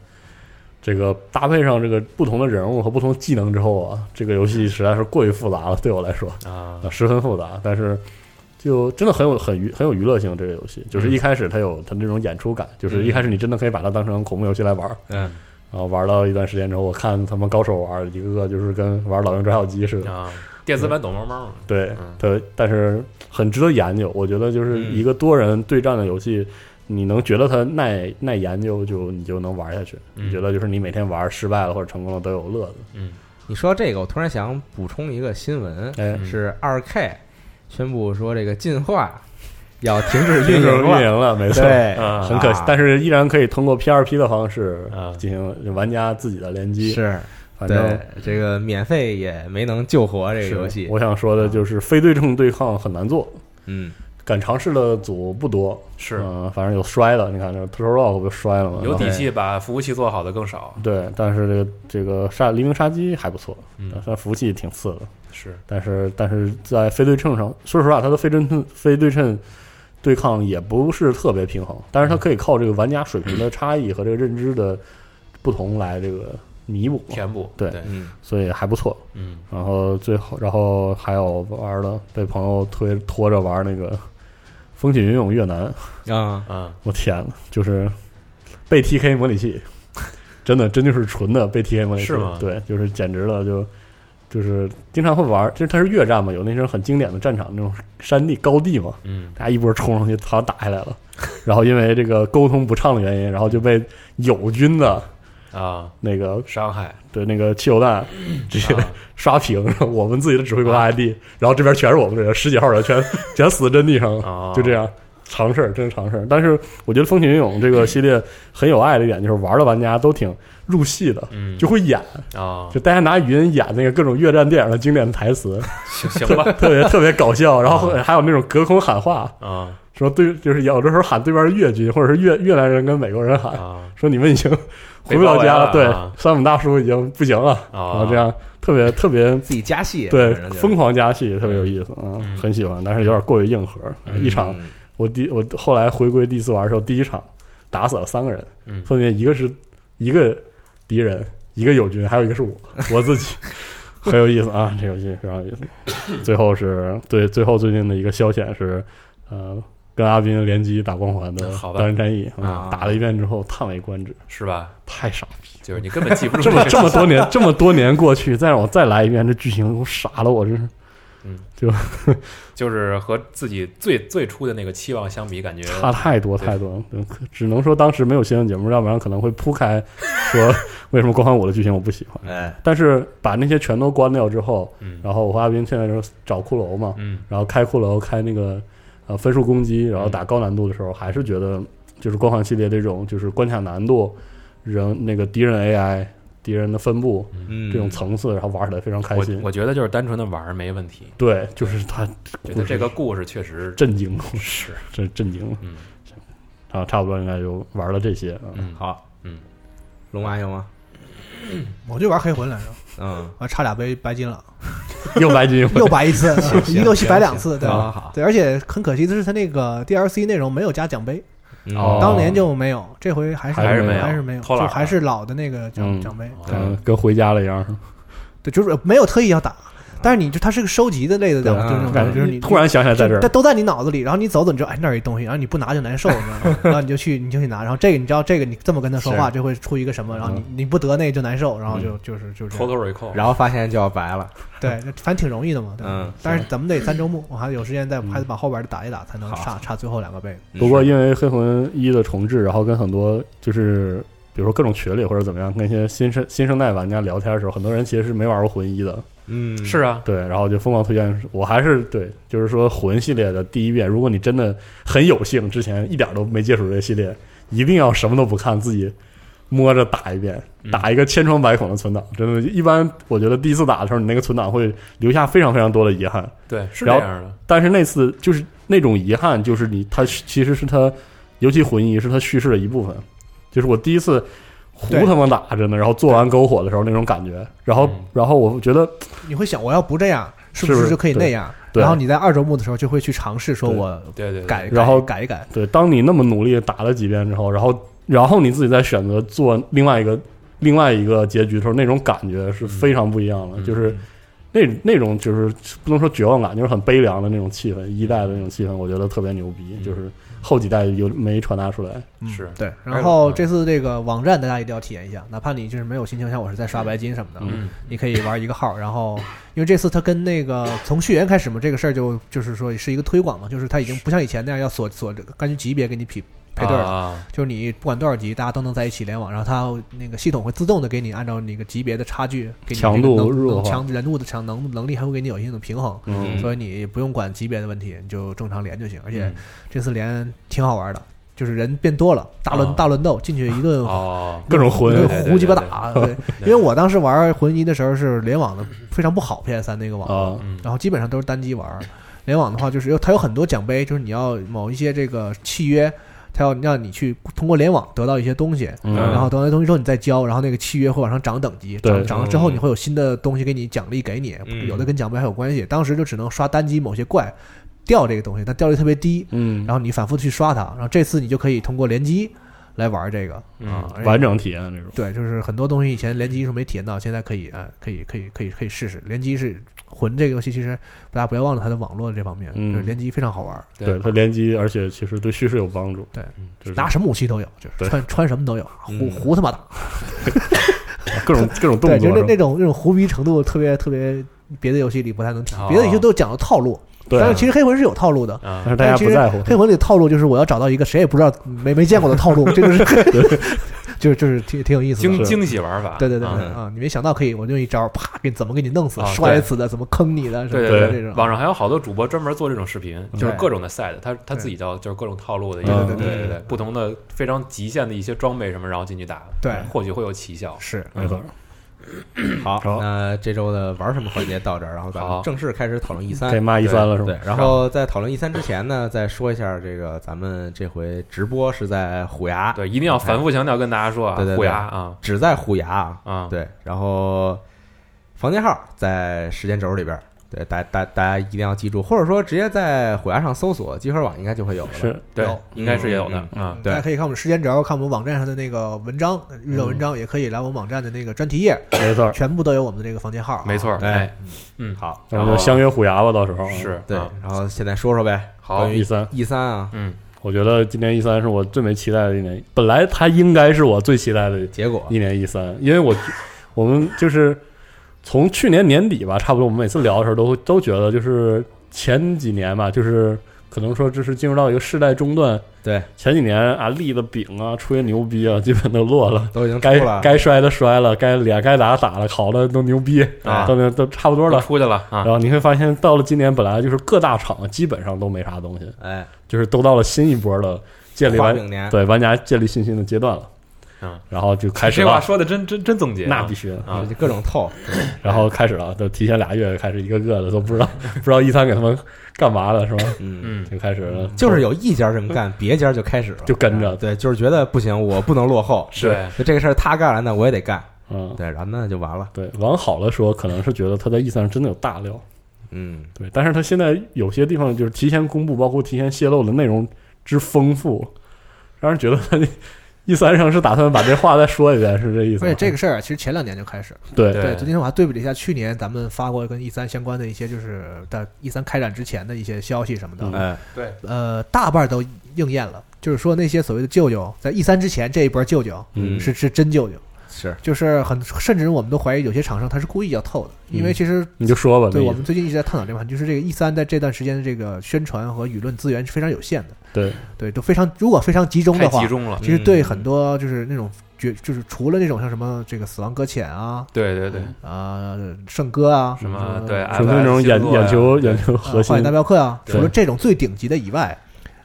这个搭配上这个不同的人物和不同技能之后啊，这个游戏实在是过于复杂了，对我来说
啊
啊，十分复杂。但是就真的很有很娱很有娱乐性，这个游戏
嗯
就是一开始它有它这种演出感，就是一开始你真的可以把它当成恐怖游戏来玩儿。
嗯
然后玩到一段时间之后，我看他们高手玩儿，一个个就是跟玩《老鹰抓小鸡》似的，
啊，电子版躲猫猫嘛，
对
嗯，
它但是很值得研究。我觉得就是一个多人对战的游戏，你能觉得它耐耐研究，就你就能玩下去。
嗯
你觉得就是你每天玩失败了或者成功了都有乐子。
嗯
你说到这个，我突然想补充一个新闻，
哎，
嗯
是二 K 宣布说这个进 化要停止运
运
营
运
了。
营了，没错，
对，
啊
哎很可惜
啊，
但是依然可以通过 PRP 的方式
啊
进行玩家自己的联机。
是
反
对
正
这个免费也没能救活这个
是
游戏。
我想说的就是非对称对抗很难做，
嗯，
敢尝试的组不多。
是
嗯，反正有摔的，你看这 t u r o Rock 不就摔了吗？
有
然
底
后
气把服务器做好的更少。
对，但是这个这个杀黎明杀机还不错，
嗯
虽然服务器挺次的，
是，
但是但是在非对称上，说实话，它的非对称非对称对抗也不是特别平衡，但是它可以靠这个玩家水平的差异和这个认知的不同来这个弥补，
填补。
对
对，
嗯，
所以还不错。
嗯
然后最后，然后还有玩的被朋友推拖着玩那个风起云涌越南，
啊，
啊，
我天呐，就是被 TK 模拟器，真的真就是纯的被 TK 模拟器，
是吗
对，就是简直了，就就是经常会玩，就是它是越战嘛，有那种很经典的战场那种山地高地嘛，
嗯
大家一波冲上去，好像打下来了， 然后因为这个沟通不畅的原因，然后就被友军的
啊，
那个
伤害
对那个汽油弹直接
啊
刷屏，我们自己的指挥官 ID，、然后这边全是我们这个十几号人全全死阵地上了。
啊，
就这样，常事儿，真是常事儿。但是我觉得《风起云涌》这个系列很有爱的一点，就是玩的玩家都挺入戏的，
嗯，
就会演，
啊，
就大家拿语音演那个各种越战电影的经典 台词，
行行吧，
特别特别搞笑。然后还有那种隔空喊话，
啊
说对，就是有的时候喊对面越军或者是越越南人跟美国人喊，
啊
说你们已经回
被
不
包
了
围
家
了
对
啊，
山姆大叔已经不行了，然后
啊，
这样特别特别。
自己加戏，
对
反正，就是
疯狂加戏特别有意思啊，
嗯
很喜欢，但是有点过于硬核。一场
嗯
我第我后来回归第四玩的时候，第一场打死了三个人，
嗯
分别一个是一个敌人，一个友军，还有一个是我我自 己，很有意思啊，这游戏非常有意思。最后是对最后最近的一个消遣是，呃，跟阿斌联机打光环的
嗯好吧
单人战役嗯
啊
打了一遍之后叹为观止，
是吧？
太傻逼了。
就是你根本记不住
这么
个
这么 多年，这么多年过去，再让我再来一遍，这剧情我傻了，我真是
就是和自己最最初的那个期望相比，感觉
差太多
对
太多了，嗯可只能说当时没有新闻节目，要不然可能会铺开 说为什么《光环五》的剧情我不喜欢。
哎，
但是把那些全都关掉之后，
嗯
然后我和阿斌现在就是找骷髅嘛，
嗯
然后开骷髅开那个呃分数攻击，然后打高难度的时候，还是觉得就是光环系列这种就是关卡难度、人那个敌人 AI、敌人的分布
嗯，
这种层次，然后玩起来非常开
我
心。
我觉得就是单纯的玩儿没问题，
对，就是他
觉得这个故事确实
震惊了，
是，
这震惊了
嗯
啊！差不多应该就玩了这些啊。
嗯，
好，
嗯，
龙妈有吗？
我就玩黑魂来着，
嗯，
啊，差俩杯白 金了，
又白金，
又白一次，一个游戏白两次，对
好好
吧？
啊
好，
对，而且很可惜的是，它那个 DLC 内容没有加奖杯，
嗯
哦
当年就没有，这回还是
还是没有
还是没有，
偷
就
懒了
还是老的那个
嗯
奖奖杯，
啊
对
嗯，跟回家了一样。
对，就是没有特意要打，但是你就它是个收集的类的
对啊哎
奖，啊就是那种感觉，就是你
突然想起来在这
就
儿
但，都在你脑子里，然后你走走，你知道，哎，那儿有一东西，然后你不拿就难受，你知 道吗？然后你就去，你就去拿，然后这个你知道，这个你这么跟他说话，
是
这会出一个什么，然后
嗯
你你不得那就难受，然后就就是就是这
偷
样
偷 recall，
然后发现就要白了，
对，反正挺容易的嘛，对吧。
嗯，
但是咱们得三周目，我还有时间再
嗯
还得把后边的打一打，才能
好嗯
差差最后两个倍。
不过因为黑魂一的重置，然后跟很多就是比如说各种群里或者怎么样，跟一些新生新生代玩家聊天的时候，很多人其实是没玩过魂一的，
嗯，
是啊，
对，然后就疯狂推荐。我还是对，就是说魂系列的第一遍，如果你真的很有幸之前一点都没接触这个系列，一定要什么都不看，自己摸着打一遍，打一个千疮百孔的存档。真的，一般我觉得第一次打的时候，你那个存档会留下非常非常多的遗憾。
对，是这
然后
样的，
但是那次就是那种遗憾，就是你它其实是它，尤其魂一是它叙事的一部分。就是我第一次胡
对
他妈打真的，然后做完篝火的时候那种感觉，然后
嗯
然后我觉得
你会想，我要不这样，是不
是不
是
是
就可以那样？
对对
然后你在二周目的时候就会去尝试，说
对
我
对对，对
改，
然后
改一改。
对，当你那么努力地打了几遍之后，然后然后你自己再选择做另外一个另外一个结局的时候，那种感觉是非常不一样的，
嗯
就是那那种就是不能说绝望感，就是很悲凉的那种气氛，一代的那种气氛，我觉得特别牛逼，
嗯
就是后几代有没传达出来。
嗯
是
对，
而
然后
嗯
且
这次这个网站大家一定要体验一下，哪怕你就是没有心情，像我是在刷白金什么的，
嗯
你可以玩一个号。然后，因为这次它跟那个从续缘开始嘛，这个事儿就就是说是一个推广嘛，就是它已经不像以前那样要锁锁这个根据级别给你匹配对儿了，
啊，
就是你不管多少级，大家都能在一起联网，然后它那个系统会自动的给你按照那个级别的差距，给你
强度
这个能
弱化
能强人物的强能能力还会给你有一定的平衡。
嗯
所以你不用管级别的问题，你就正常连就行。而且
嗯
这次连挺好玩的，就是人变多了，大轮、
啊
大轮斗进去一顿
哦，
各种混
一顿
对对
胡鸡巴
对
打。对，因为我当时玩魂一的时候是联网的非常不好，PS 三那个网，
啊，
嗯
然后基本上都是单机玩。联网的话，就是有它有很多奖杯，就是你要某一些这个契约，它要让你去通过联网得到一些东西，
嗯
然后得到一些东西之后你再交，然后那个契约会往上涨等级，涨
对
涨了之后你会有新的东西给你奖励给你，
嗯
有的跟奖杯还有关系。当时就只能刷单机某些怪掉这个东西，但掉率特别低，
嗯，
然后你反复去刷它，然后这次你就可以通过联机来玩这个啊
嗯，
而且
完整体验这种。
对，就是很多东西以前联机时候没体验到，现在可以啊，可以可以可以可以试试联机是魂这个游戏，其实大家不要忘了它的网络这方面，
嗯
就是联机非常好玩儿，
对它联机，而且其实对叙事有帮助。
对
嗯，就是
拿什么武器都有，就是
对
穿穿什么都有，胡
嗯
胡他妈打，
各 种各种动
对，
作
就
是
是那
吧，
那种那种胡逼程度特别特别，别的游戏里不太能体
哦，
别的游戏都讲究套路，
对啊
但是其实黑魂是有套路的。
啊
但是大家
但其
不
实
在乎。
黑魂里的套路就是我要找到一个谁也不知道、没没见过的套路，这个是， 就是就是挺挺有意思的。
惊
是
惊喜玩法，
对对对对
啊
啊！你没想到可以，我就一招，啪，给怎么给你弄死、
啊
摔死的，怎么坑你的，什么
对
的
对
这
对，
种。
网上还有好多主播专门做这种视频，就是
对
各种的 set，他他
对
自己叫就是各种套路的一
对
个，
对
对
对
对，不同的非常极限的一些装备什么，然后进去打，
对
或许会有奇效。
是
没错，
好，
好
那这周的玩什么环节到这儿，然后咱
好
们正式开始讨论 E
可以
三。
骂一三了是吧？
对，然后在讨论 E 三之前呢，再说一下这个咱们这回直播是在虎牙，
对，一定要反复强调跟大家说啊
对对，对
虎牙啊
只在虎牙啊。
啊，
对，然后房间号在时间轴里边儿，对，大大大家一定要记住，或者说直接在虎牙上搜索集合网应该就会有了。
是
对
有，
应该是也有的
嗯
啊，
对
大家可以看我们时间轴，看我们网站上的那个文章，遇
嗯
到文章也可以来我们网站的那个专题页，
没错，
全部都有我们的这个房间号啊。
没错，
对
哎，
好，
咱们就相约虎牙吧，到时候啊
是
对
啊，
然后现在说说呗，
好
关于
E 三，
E 三啊，
嗯，
我觉得今年 E 三是我最没期待的一年，本来它应该是我最期待的
结果
一年 E 三，因为我我们就是从去年年底吧，差不多我们每次聊的时候都会都觉得就是前几年吧，就是可能说这是进入到一个世代中断，
对
前几年啊立的饼啊吹牛逼啊，基本都落了。
都已经出
该
了，
该摔的摔了，该脸该打的打了，考的都牛逼，
啊
都都差不多
都
了。
出去了啊
然，后你会发现，到了今年，本来就是各大厂基本上都没啥东西，
哎，
就是都到了新一波的建立
花
完
饼年，
对玩家建立信心的阶段了。
嗯，
然后就开始
这话
了，
说的真真真总结啊，
那必须的。
啊
就，各种透，
然后开始了，都提前俩月开始一个个的都不知道不知道一三给他们干嘛了是吧？
嗯，
嗯，
就开始了，
就是有一家这么干，别家就开始了，
就跟着
对，就是觉得不行，我不能落后，
对，
就这个事儿他干了，那我也得干，
嗯。
对，然后那就完了，
对，往好了说，可能是觉得他在 E 三上真的有大料，
嗯，
对，但是他现在有些地方就是提前公布，包括提前泄露的内容之丰富，让人觉得他 E 三上是打算把这话再说一遍，是这意思
而
吗？
且这个事儿啊其实前两年就开始了。
对
对
对，昨天我还对比了一下去年咱们发过跟 E 三相关的一些，就是在 E 三开展之前的一些消息什么的，
嗯
哎，
呃，大半都应验了。就是说那些所谓的舅舅，在 E 三之前这一波舅舅
嗯
是是真舅舅，
是
就是很甚至我们都怀疑有些厂商他是故意要透的，因为
嗯
其实
你就说吧，
对
那意
我
思
们最近一直在探讨这个问题，就是这个 E 三在这段时间的这个宣传和舆论资源是非常有限的，
对
对，都非常如果非常集中
太
的话
集，中了。
其实对
嗯
很多就是那种绝就是除了那种像什么这个死亡搁浅啊
对对对，
啊圣歌啊
什么对，
就那种
FS
眼
星座呀
眼球
对
眼球
啊
核
荒野
心
大，镖客啊，
对
除了这种最顶级的以外，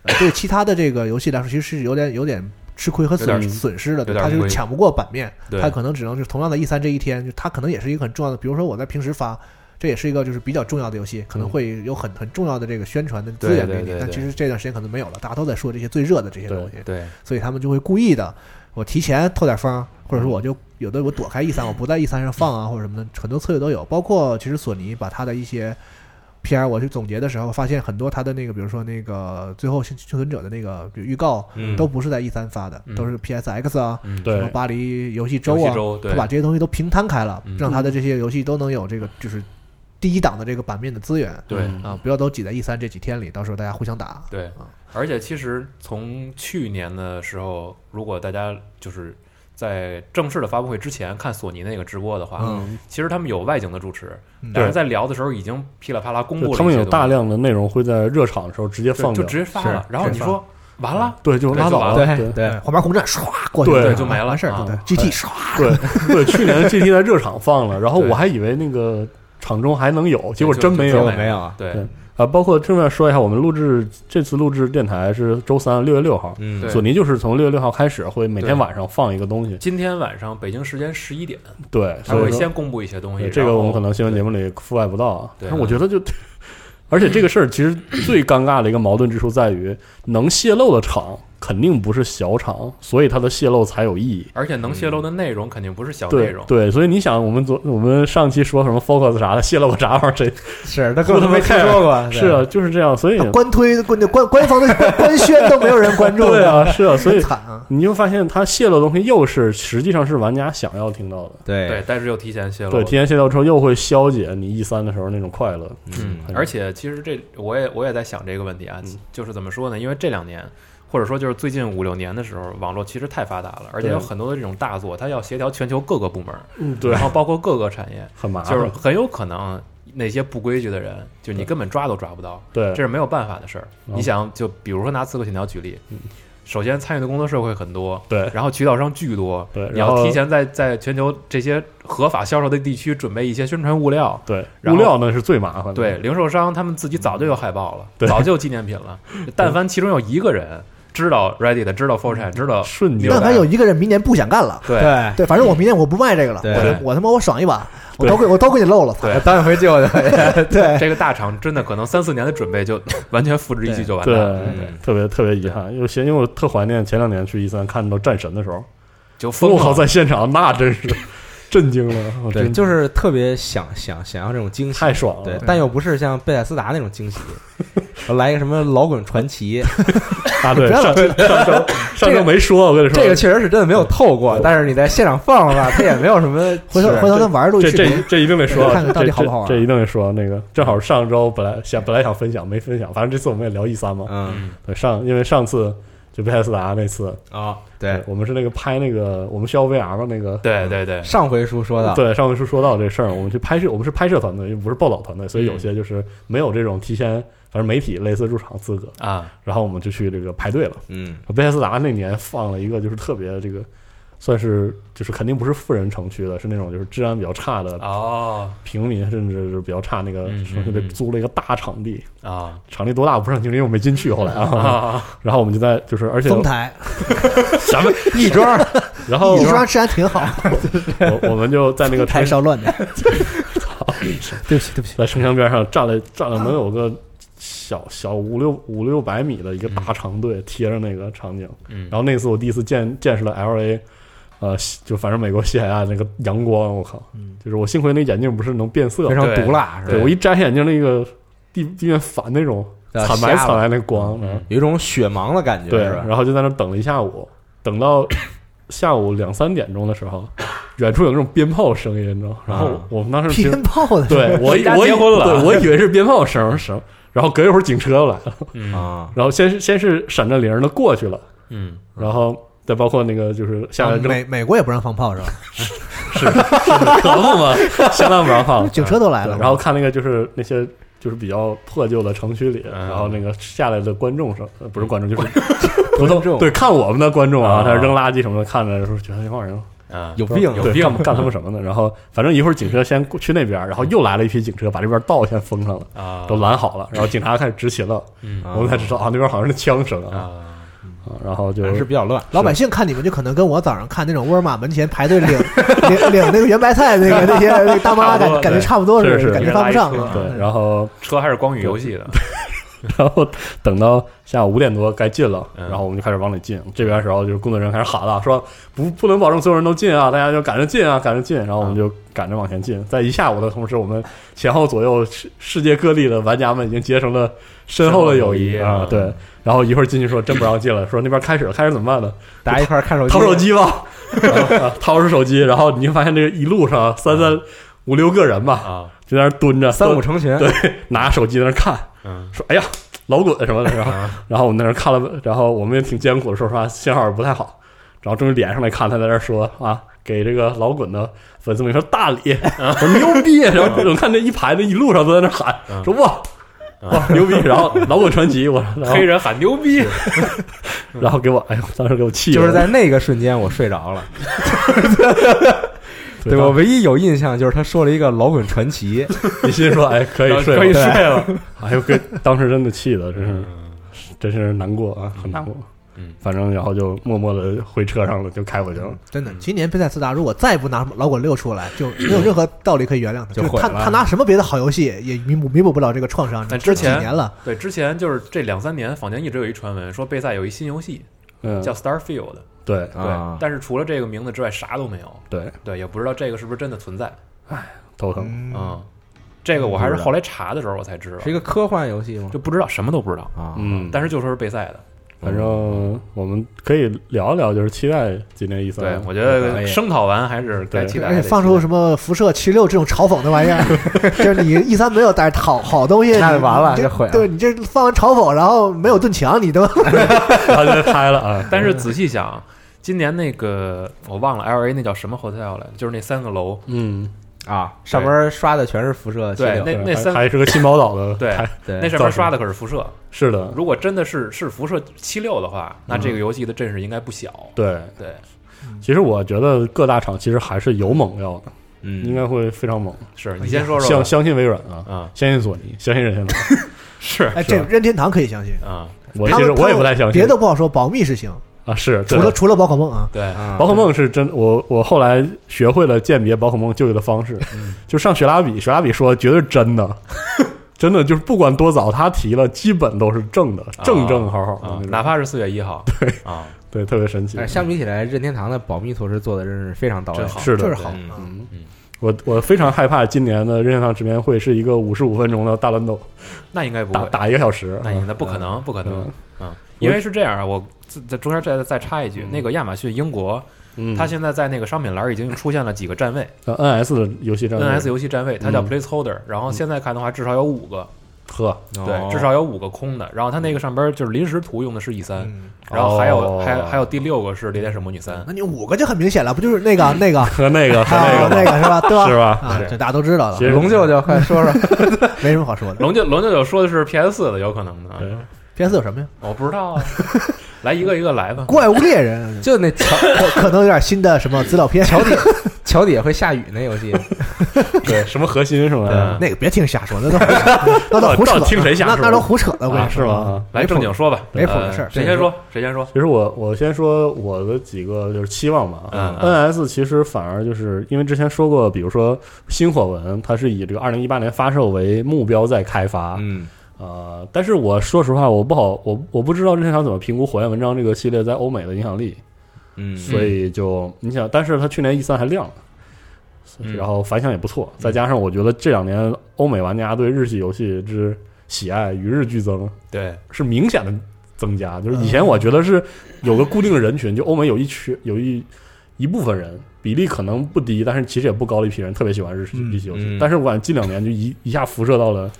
呃对其他的这个游戏来说，其实是有点有点吃亏和
有
损
点
损失的，
有点
他就
亏
抢不过版面，
对
他可能只能就是同样的 E 三这一天，就他可能也是一个很重要的，比如说我在平时发。这也是一个就是比较重要的游戏，可能会有很很重要的这个宣传的资源
对对
给你
对，
但
对
其实这段时间可能没有了，大家都在说这些最热的这些
对
东西，
对
所以他们就会故意的，我提前透点风，或者说我就有的我躲开 E 三，我不在 E 三上放啊，或者什么的，很多策略都有。包括其实索尼把它的一些 PR，我去总结的时候，发现很多它的那个，比如说那个最后幸幸存者的那个比如预告，
嗯
都不是在 E 三发的，
嗯
都是 PSX 啊，
嗯
对
什么巴黎游戏周
周
啊，
周对
他把这些东西都平摊开了
嗯，
让它的这些游戏都能有这个就是第一档的这个版面的资源
对
嗯
啊，不要都挤在 E 三这几天里，到时候大家互相打。
对，而且其实从去年的时候，如果大家就是在正式的发布会之前看索尼那个直播的话，
嗯
其实他们有外景的主持，
嗯
但是在聊的时候已经噼里啪啦公布
嗯就
了，
他们有大量的内容会在热场的时候直接
就
放
就
掉，
直接发了
是，
然后
是
你说完了，
对，就
对
拉
就
倒
完
了，
对
对
对，
黄牌哎空战唰过去，
对
就没了
完事儿。对
啊
，GT 唰
对 对，去年 GT 在热场放了，然后
对
我还以为那个场中还能有，结果
就
真没
就
有
就
啊
没
没有啊？
对
对包括这面说一下，我们录制这次录制电台是周三六月六号，
嗯
对
索尼就是从六月六号开始会每天
对
晚上放一个东西，
今天晚上北京时间十一点，
对，
他
所
会
以说
先公布一些东
对
西，
这
然
个
后
我们可能新闻节目里覆盖不到啊，
对
但是我觉得就。 而且这个事儿其实最尴尬的一个矛盾之处在于，能泄露的厂肯定不是小厂，所以它的泄露才有意义。
而且能泄露的内容肯定不是小内
嗯对
容，
对，所以你想，我们昨我们上期说什么 Focus 啥的，泄露个啥玩意儿？谁
是他根本都没听说过，
是啊，就是这样。所以
官推官官官方的官官宣都没有人关注，
对啊，是啊，所
很
以
惨啊。
你就发现它泄露的东西又是实际上是玩家想要听到的。
对
对，但是又提前泄露
哎对，
了，
提前泄露之后又会消解你 E 三的时候那种快乐。
嗯
很，
而且其实这我也我也在想这个问题啊，
嗯
就是怎么说呢？因为这两年，或者说就是最近五六年的时候，网络其实太发达了，而且
对
有很多的这种大作，它要协调全球各个部门，
嗯，对
然，后包括各个产业，
很麻
就是
烦。
很有可能那些不规矩的人，就你
对
根本抓都抓不到，
对
这，是没有办法的事儿。
嗯
你想，就比如说拿《刺客信条》举例
嗯，
首先参与的工作社会很多，
对
然后渠道商巨多，
对
你
然
要
后
提前在在全球这些合法销售的地区准备一些宣传物料，
对，
然
物
后
料呢是最麻烦的。
对，零售商他们自己早就有海报了，
对
早就有纪念品了。但凡其中有一个人知道 Reddit，知道 f o r c h a n 知 道，
瞬间
明
但
白
凡有一个人明年不想干了，
对
对
对，反正我明年我不卖这个了，
哎对
我我他妈我爽一把，我
对
都给我都给你漏了，
对
当一回舅舅，对
这个大厂真的可能三四年的准备就完全付之一炬就完蛋
对
了，对，
特别特别遗憾。有些因为我特怀念前两年去 E 三看到战神的时候，
就疯
我靠，
了。
在现场那真是震惊了。我
对，
真
就是特别想想想要这种惊喜，
太爽了。
对，但又不是像贝塞斯达那种惊喜， 我来一个什么老滚传 奇，
啊，对，
不要
上上 周上周没说，我跟你说，
这个确实是真的没有透
哦
过，但是你在现场放了 吧，它也没有什么
回头
是
回头咱玩儿录
这
视
这
频，
这一定得说，啊
对看看到底
这
好不好玩
这这一定得说。那个正好上周本来想本来想分享没分享，反正这次我们也聊 E 三嘛。
嗯
对，上因为上次就贝塞斯达那次，
啊，对，
我们是那个拍那个我们需要 VR 嘛那个。
对对对，
上回书
啊
说到，
对，上回是说到这事儿，我们去拍摄，我们是拍摄团队，不是报道团队，
嗯
所以有些就是没有这种提前，反正媒体类似入场资格，
啊，
然后我们就去这个排队了。
嗯
贝塞斯达那年放了一个就是特别这个，算是就是肯定不是富人城区的，是那种就是治安比较差的
哦
平民，甚至是比较差那个
嗯嗯
城市的
嗯
租了一个大场地，
啊
场地多大我不是很清楚，因为我没进去后来啊。
啊，
然后我们就在就是而且
丰台
咱 们，
亦庄儿，
然后
亦庄治安挺好，
我我们就在那个
台
城
烧乱的。对不起，对不起，
在城墙边上站了站了能有个小小五六五六百米的一个大长队贴着那个场景。
嗯
然，后那次我第一次见见识了 L A，呃，西就反正美国西海岸那个阳光，我靠，就是我幸亏那眼镜不是能变色
非，常
对
毒辣，是
对
吧？
我一摘下眼镜那个地地面反那种
啊
惨白
瞎
惨
了
白那光，嗯
有一种雪盲的感觉，
对，
是吧？
然后就在那儿等了一下午，等到下午两三点钟的时候，远处有那种鞭炮声音，你知道？然后
啊
我们当 时觉得
鞭炮的，
对我
人家
我以
结婚了
对我以为是鞭炮声声，然后隔一会儿警车又来了，
嗯
啊，
然后先是先是闪着铃儿的过去了，
嗯
然后再包括那个就是下来之
啊
后
美美国也不让放炮是吧？
可不嘛，相当不让 放。
警车都来
啊对
了，
然后看那个就是那些就是比较破旧的城区里，
嗯
然后那个下来的观众是呃不是观众就是普通
观众
对看我们的观众啊
啊，
他扔垃圾什么的，看着说觉得这帮人
啊，
有病
有
对
病
干干他们什么呢？然后反正一会儿警车先过去那边，然后又来了一批警车，把这边道先封上了，
啊，
都拦好了，然后警察开始执勤了，
嗯
我们才知道啊那边好像是枪声啊，
啊，
啊然后就
还是比较乱。
老百姓看你们就可能跟我早上看那种沃尔玛门前排队领 领领那个圆白菜那个那些那个大妈
差不
感
多
感觉差不多
是
似
是
的，感觉犯不上
一人拉一
啊。
对，然后
车还是光宇游戏的，
然后等到下午五点多该进了，
嗯
然后我们就开始往里进。这边的时候就是工作人员开始喊了，说不不能保证所有人都进啊，大家就赶着进啊，赶着进。然后我们就赶着往前进，在一下午的同时，我们前后左右世世界各地的玩家们已经结成了深厚的友谊
深厚的友谊
啊，对。然后一会儿进去说真不让进了，说那边开始了，开始怎么办呢？
大家一块儿看手机，
掏手机吧，啊掏出手机，然后你就发现这个一路上三三五六个人吧，
啊，
就在那儿蹲着，
三五
蹲
成群，
对拿手机在那儿看，
嗯
说哎呀老滚什么的，然后然后我们在那儿看了，然后我们也挺艰苦的，说实话信号也不太好，然后终于连上来看，他在那儿说啊，给这个老滚的粉丝们一声大礼，我说牛逼，然后我看这一排的一路上都在那儿
嗯
喊，说哇哇牛逼，然后老滚传奇，我然
黑
后
人喊牛逼，
然后给我，哎呦，当时给我气的，
就是在那个瞬间我睡着了。
对
对我唯一有印象就是他说了一个老滚传奇，
你心说哎可以睡吧
可以睡了，
哎呦，给当时真的气的，真是
嗯
真是难过啊，很难过。
嗯
反正然后就默默的回车上了，就开回去了。
真的，今年贝塞斯达如果再不拿老滚六出来，就没有任何道理可以原谅他。就
就
是他
毁了
他拿什么别的好游戏也弥补弥补不了这个创伤。
但
这
之
几
前
年了，
对，之前就是这两三年，坊间一直有一传闻说贝赛有一新游戏
嗯，
叫 Starfield，
对
对
啊，
但是除了这个名字之外啥都没有，
对，
对，也不知道这个是不是真的存在，
头疼。
嗯，这个我还是后来查的时候我才知道
是一，个科幻游戏吗？
就不知道什么都不知道，
啊，
嗯，
但是就说是贝赛的，
反正我们可以聊一聊，就是期待今年一啊三。
对哎我觉
可
得
以
声讨完还是该
对
期
而
待
且
的，
哎放出什么辐射七六这种嘲讽的玩意儿，就是你一三没有但是好好东西，
那
你
就完了
你
就毁了
对你这放完嘲讽，然后没有盾墙，你都
他就拍了 啊。
但是仔细想。今年那个我忘了 L A 那叫什么 hotel 了，就是那三个楼，
嗯，
啊，上面刷的全是辐射系
对
列，
那那
还
三
还是个新宝岛的，
对
还
对，
那上
造
面
型
刷的可是辐射，
是的，
如果真的是是辐射七六的话，那这个游戏的阵势应该不小。
对。
对，
其实我觉得各大厂其实还是有猛料的，
嗯，
应该会非常猛。
是你先说说
相
吧。
相信微软啊，
嗯，
相信索尼，相信任天堂。
是
哎，
是
这任天堂可以相信。
嗯，
我
他
其
们
实我也不太相信。
别的不好说，保密是行，
啊，是
除
对
了除了宝可梦啊，
对，
啊
宝可梦是真，我我后来学会了鉴别宝可梦舅舅的方式，
嗯
就上雪拉比，雪拉比说绝对是真的， 真的就是不管多早他提了，基本都是正的，正正好好的
啊
那，种
哪怕是四月一号，对啊，
对，特别神奇
但。哎是相比起来，任天堂的保密措施做的真是非常到位
真。好，
是的，
就是好
嗯
啊。
嗯
嗯，
我我非常害怕今年的任天堂直面会是一个五十五分钟的大乱斗，
那应该不
打
会，
打一个小时，啊
那应该不可能，不可能
嗯。
嗯，因为是这样啊，我自在中间再再插一句，那个亚马逊英国，
嗯，
它现在在那个商品栏已经出现了几个站位
呃 NS 的游戏站
，NS
游
游戏站位，它叫
嗯
placeholder，然后现在看的话至少有五个，
呵，
哦
对，至少有五个空的。然后它那个上边就是临时图用的是 E 三，
嗯，
然后还有
哦
还还有第六个是《猎天使魔女三》
那你五个就很明显了，不就是那个那个
和嗯那个和
还有
那
啊
那
个
个是吧？对吧？
是吧？
啊，
是
这大家都知道了
其，实
龙舅舅，快说说
没什么好说的。
龙舅龙舅舅说的是 PS 四的，有可能的，
对
PS 有什么呀？
我不知道啊。 来一个一个来吧。
怪物猎 人
就那桥
可可能有点新的什么资料片，
桥底桥底下会下雨那游戏，啊
对什么核心是吧
嗯？
那个别听瞎说，那都 那都胡扯
哦到，底听谁瞎说
那那都胡扯的，我跟
啊
你
是
说
吗？？
来正经说吧，
没谱的
呃
事儿
谁先说？谁先说？
其实我我先说我的几个就是期望吧。
嗯
NS 其实反而就是因为之前说过，比如说《星火文》，它是以这个二零一八年发售为目标在开发。
嗯，
呃，但是我说实话，我不好，我我不知道任天堂怎么评估《火焰文章》这个系列在欧美的影响力，
嗯
所以就你想，但是它去年 E 三还亮了。
嗯
然后反响也不错，再加上我觉得这两年欧美玩家对日系游戏之喜爱与日俱增，
对，
是明显的增
嗯
加。就是以前我觉得是有个固定的人群，就欧美有一群有一一部分人比例可能不低，但是其实也不高的一批人特别喜欢日式
嗯
日系游戏。
嗯
但是我感觉近两年就一一下辐射到了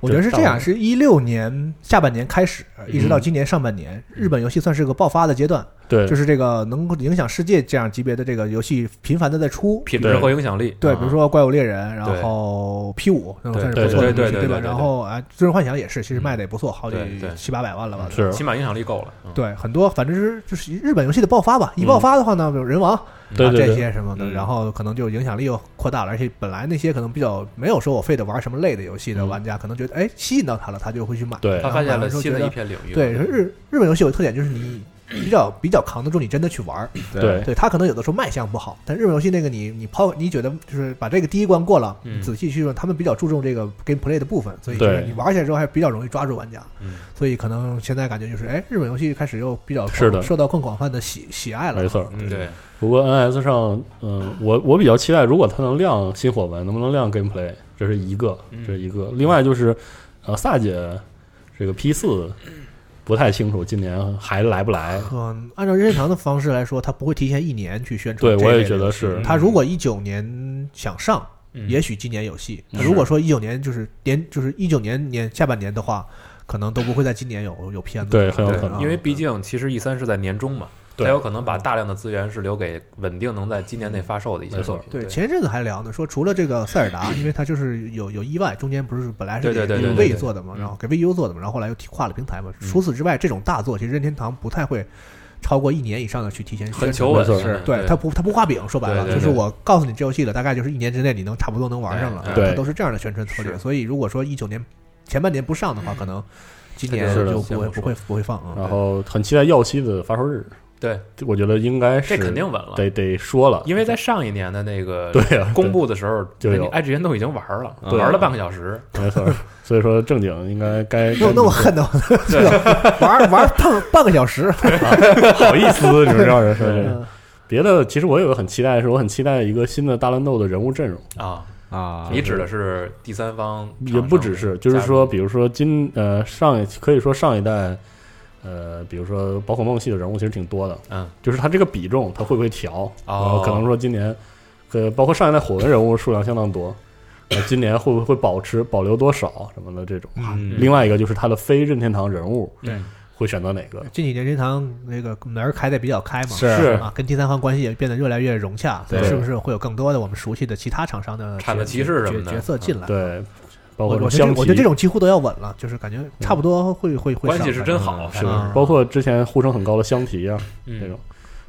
我觉得是这样，
就是嗯
一六年下半年开始，一直到今年上半年，日本游戏算是个爆发的阶段，
对，
就是这个能够影响世界这样级别的这个游戏频繁的在出。
品质和影响力，
对，
啊
比如说《怪物猎人》，然后 P 五那种算是不错的游戏，
对对对对对
吧？
对对嗯
然后啊，《最终幻想》也是，其实卖的也不错，好几
对对
七八百万了吧？
是
起码影响力够了。嗯
对，很多反正就是就是日本游戏的爆发吧。一爆发的话呢，比如人王，
对
啊
对
这
对，
些什么的，
嗯
然后可能就影响力又扩大了。而且本来那些可能比较没有说我非得玩什么类的游戏
嗯
的玩家，可能觉得哎吸引到他了，他就会去买。
对
他发现了
然后
新的
觉
一
得
片领域。
对，日日本游戏有个特点就是你比较比较扛得住你真的去玩儿。
对
对他可能有的时候卖相不好，但日本游戏那个你你抛你觉得就是把这个第一关过了，
嗯
仔细去问他们比较注重这个 gameplay 的部分，所以就是
对
你玩起来之后还比较容易抓住玩家。
嗯
所以可能现在感觉就是哎，日本游戏开始又比较
是的
广受到更广泛的喜喜爱了。
没错儿。
嗯对，
不过 NS 上，嗯、我我比较期待，如果它能亮新火纹，能不能亮 gameplay，这是一个，
嗯
这是一个。另外就是，呃，萨姐这个 P 四不太清楚今年还来不来。
嗯，按照任天堂的方式来说，他不会提前一年去宣
对，
传这一类的游
我
戏。
也觉得是
嗯，
他如果一九年想上，也许今年有戏。
嗯
如果说一九年就是年就是一九年年下半年的话，可能都不会在今年有有片子。
对很有
对
可能
因为毕竟其实 E 三是在年终嘛，它
对
有可能把大量的资源是留给稳定能在今年内发售的一些
没
作
错
品。
对，
对
前一阵子还聊呢，说除了这个塞尔 达，因为它就是有有意外，中间不是本来是
对对
给
对
对对
给 V
对
做的嘛，
嗯
然后给 VU 做的嘛，然后后来又提跨了平台嘛。
嗯
除此之外，这种大作其实任天堂不太会超过一年以上的去提前宣
很
传
求稳，啊
没错
是
对他不他不画饼，说白了
对对
就是
对
我告诉你这游戏了，大概就是一年之内你能差不多能玩上了，
哎
对
它都是这样的宣传策略。
是嗯
所以如果说一九年前半年不上的话，可能今年
是的
就不会
先不
不
说
会不会放啊。
然后很期待耀西的发售日，
对，
我觉得应该是
这肯定稳了，
得得说了，
因为在上一年的那个
对啊，
公布的时候，
就有
IGN 都已经玩了，
对
玩了半个小时，
对 没错儿，所以说正经应该该
那我
嗯
那我恨得我这个玩玩半半个小时，
好意思，你们让人说这
嗯
个。别的其实我有个很期待，是我很期待一个新的大乱斗的人物阵容。
啊，
啊，
你指的是第三方厂商
也不只是，就是
加入
说，比如说今呃上一可以说上一代，呃，比如说宝可梦系的人物其实挺多的，
嗯，
就是它这个比重它会不会调？然
哦
后可能说今年，呃，包括上一代火纹人物数量相当多，呃，今年会不会保持保留多少什么的这种？啊
嗯
另外一个就是它的非任天堂人物
对
会选择哪个？
近几年任天堂那个门儿开的比较开嘛，
是
是
啊，跟第三方关系也变得越来越融洽，
对
是不是会有更多的我们熟悉的其他厂商的
产的
角
骑士什么的
角角色进
嗯
来？
对，包
我
括
我觉得
香
这
缇
我觉得这种几乎都要稳了，就是感觉差不多会会会
嗯关系
上
是
的
真好，
嗯是不
吧？
是？包括之前呼声很高的香缇啊
嗯哦
这种，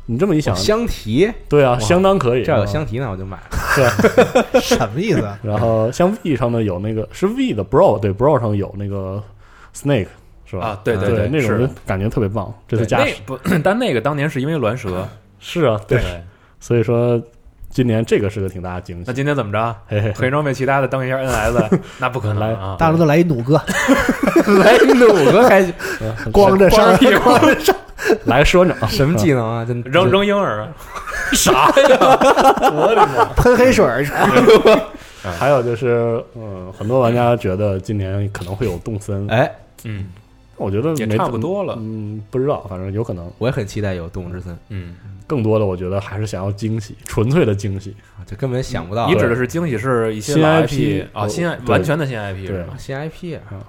你这么一想，
香缇，
对啊，相当可以。
这要有香缇呢，我就买了。
什么意思 啊？
然后像 V 上呢有那个是 V 的 Bro 对 Bro 上有那个 Snake 是吧？
啊，对
对
对，
那种
是
就感觉特别棒，这
对
是加
那不， 但那个当年是因为栾蛇，
是啊，对，
对。
所以说今年这个是个挺大的惊
那
喜，哎
今天怎么着？
嘿嘿，
黑装备其他的登一下 NS，那 不可能啊！
大陆都来一弩哥，
来五个还
嗯
光 着
呃光
上
着屁股
来说 呢，嗯
什么技能啊？真
扔扔婴儿啊， 啥呀？
喷黑水儿，
还有就是，嗯，很多玩家觉得今年可能会有动森，
哎，
嗯
我觉得
也
没
差
怎
不
么
多了
嗯，不知道，反正有可能。
我也很期待有动物之森，
嗯，
更多的，我觉得还是想要惊喜，纯粹的惊喜。
啊这根本想不到。
你指的是惊喜是一些
新
老
IP
啊，新
对
完全的新 IP 是
对
吧？
新 IP 啊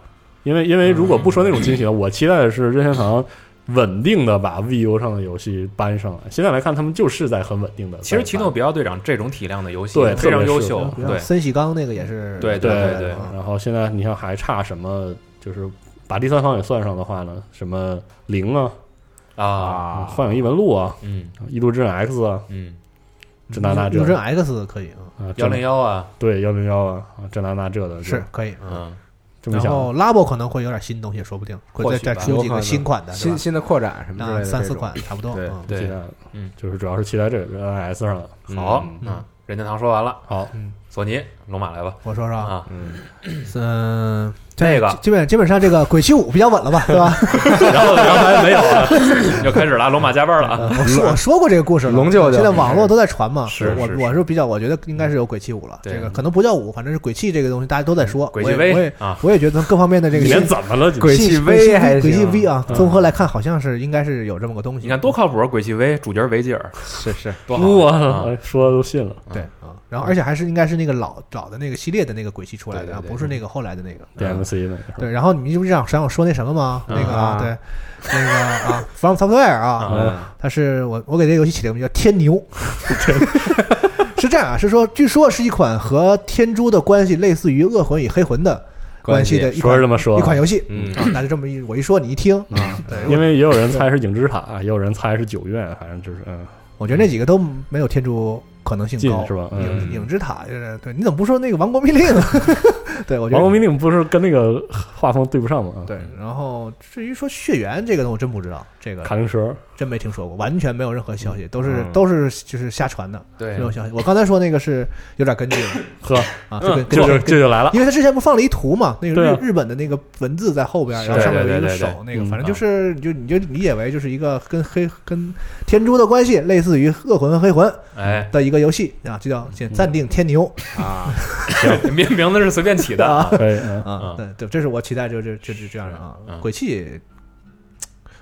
因为因为如果
嗯
不说那种惊喜，我期待的是任天堂稳定的把 VU 上的游戏搬上来。现在来看，他们就是在很稳定的。
其实奇
奇
诺比奥队长这种体量的游戏
对
非常
特别
优
是
秀，对
森喜刚那个也是
对
对
对
对
对
嗯
然后现在你看还差什么？就是把第三方也算上的话呢，什么零啊、
啊，
啊
啊！
幻影异闻录啊、
嗯
异度之刃 X 啊、
嗯，
这那那这
陆贞 X 可以啊，
啊
幺零幺啊，
对幺零幺啊、啊这那那这的
是可以。
嗯，
这么
然
想
后 Labo 可能会有点新东西，说不定
或
会
许
再再
吧
出几个新款的，是吧
新新的扩展什么之类的，
那啊三四。款差不多。
对
嗯
期
对
待，
嗯，
就是主要是期待这个 NS 上的。
好
嗯，
嗯，任天堂说完了，
好，
索尼龙马来吧
我说说，
啊，
嗯，
嗯，
这个
基本基本上这个鬼泣五比较稳了吧，对吧？
然后刚才没有了，又开始了，龙马加班了啊，
我说我说过这个故事了，
龙舅舅
现在网络都在传嘛。
是
我
是
我是比较，我觉得应该是有鬼泣五了。
对
这个可能不叫五，反正是鬼泣这个东西大家都在说。
鬼泣
我也我
威
也
啊，
我也觉得从各方面的这
你
个
连
信
怎么了？
鬼泣
信
威还行
鬼泣 V 啊，
嗯
综合来看好像是应该是有这么个东西。
啊你看多靠谱，鬼泣威主角维吉尔，
是是，
多好
我
啊
哎说都信了。
对啊，然后而且还是应该是那个老老的那个系列的那个鬼泣出来
对
的，
对
啊
对
不是那个后来的那个。
DMC 那个是吧
对，然后你们就不是想想我说那什么吗？那个
啊
啊，对，那个啊，From Software 啊，
嗯
啊
它是我我给这个游戏起了个名叫天牛， 是这样啊，是说据说是一款和天珠的关系类似于恶魂与黑魂的关系的一
说
款
是这么说嗯
一，款游戏，
嗯
啊那就这么一我一说你一听啊，对，
因为也有人猜是影之塔，也有人猜是九院，反正就是嗯，
我觉得那几个都没有天珠可能性
近
高，
是吧？嗯，
影影之塔就是对，你怎么不说那个王国密令？啊 对，我觉
王
得
国。命令不是跟那个画风对不上吗？，
对，然后至于说血缘这个东西，我真不知道，这个
卡丁蛇
真没听说过，完全没有任何消息，都是
嗯
都是就是瞎传的，
对
没有消息。我刚才说那个是有点根据的
呵，
啊，就跟
这嗯就
跟
这就来了，
因为他之前不放了一图嘛，
对
那个
啊
日日本的那个文字在后边，
是
然后上面有一
对
个
对对
手，那个
嗯
反正就是你就你就理解为就是一个跟黑跟天珠的关系，类似于恶魂和黑魂
哎，
的一个游戏啊，就叫现暂定天牛
啊，
名名字是随便起的啊，
可以，嗯
啊
嗯，
对对，这是我期待就就就就这样的啊
嗯。
鬼泣，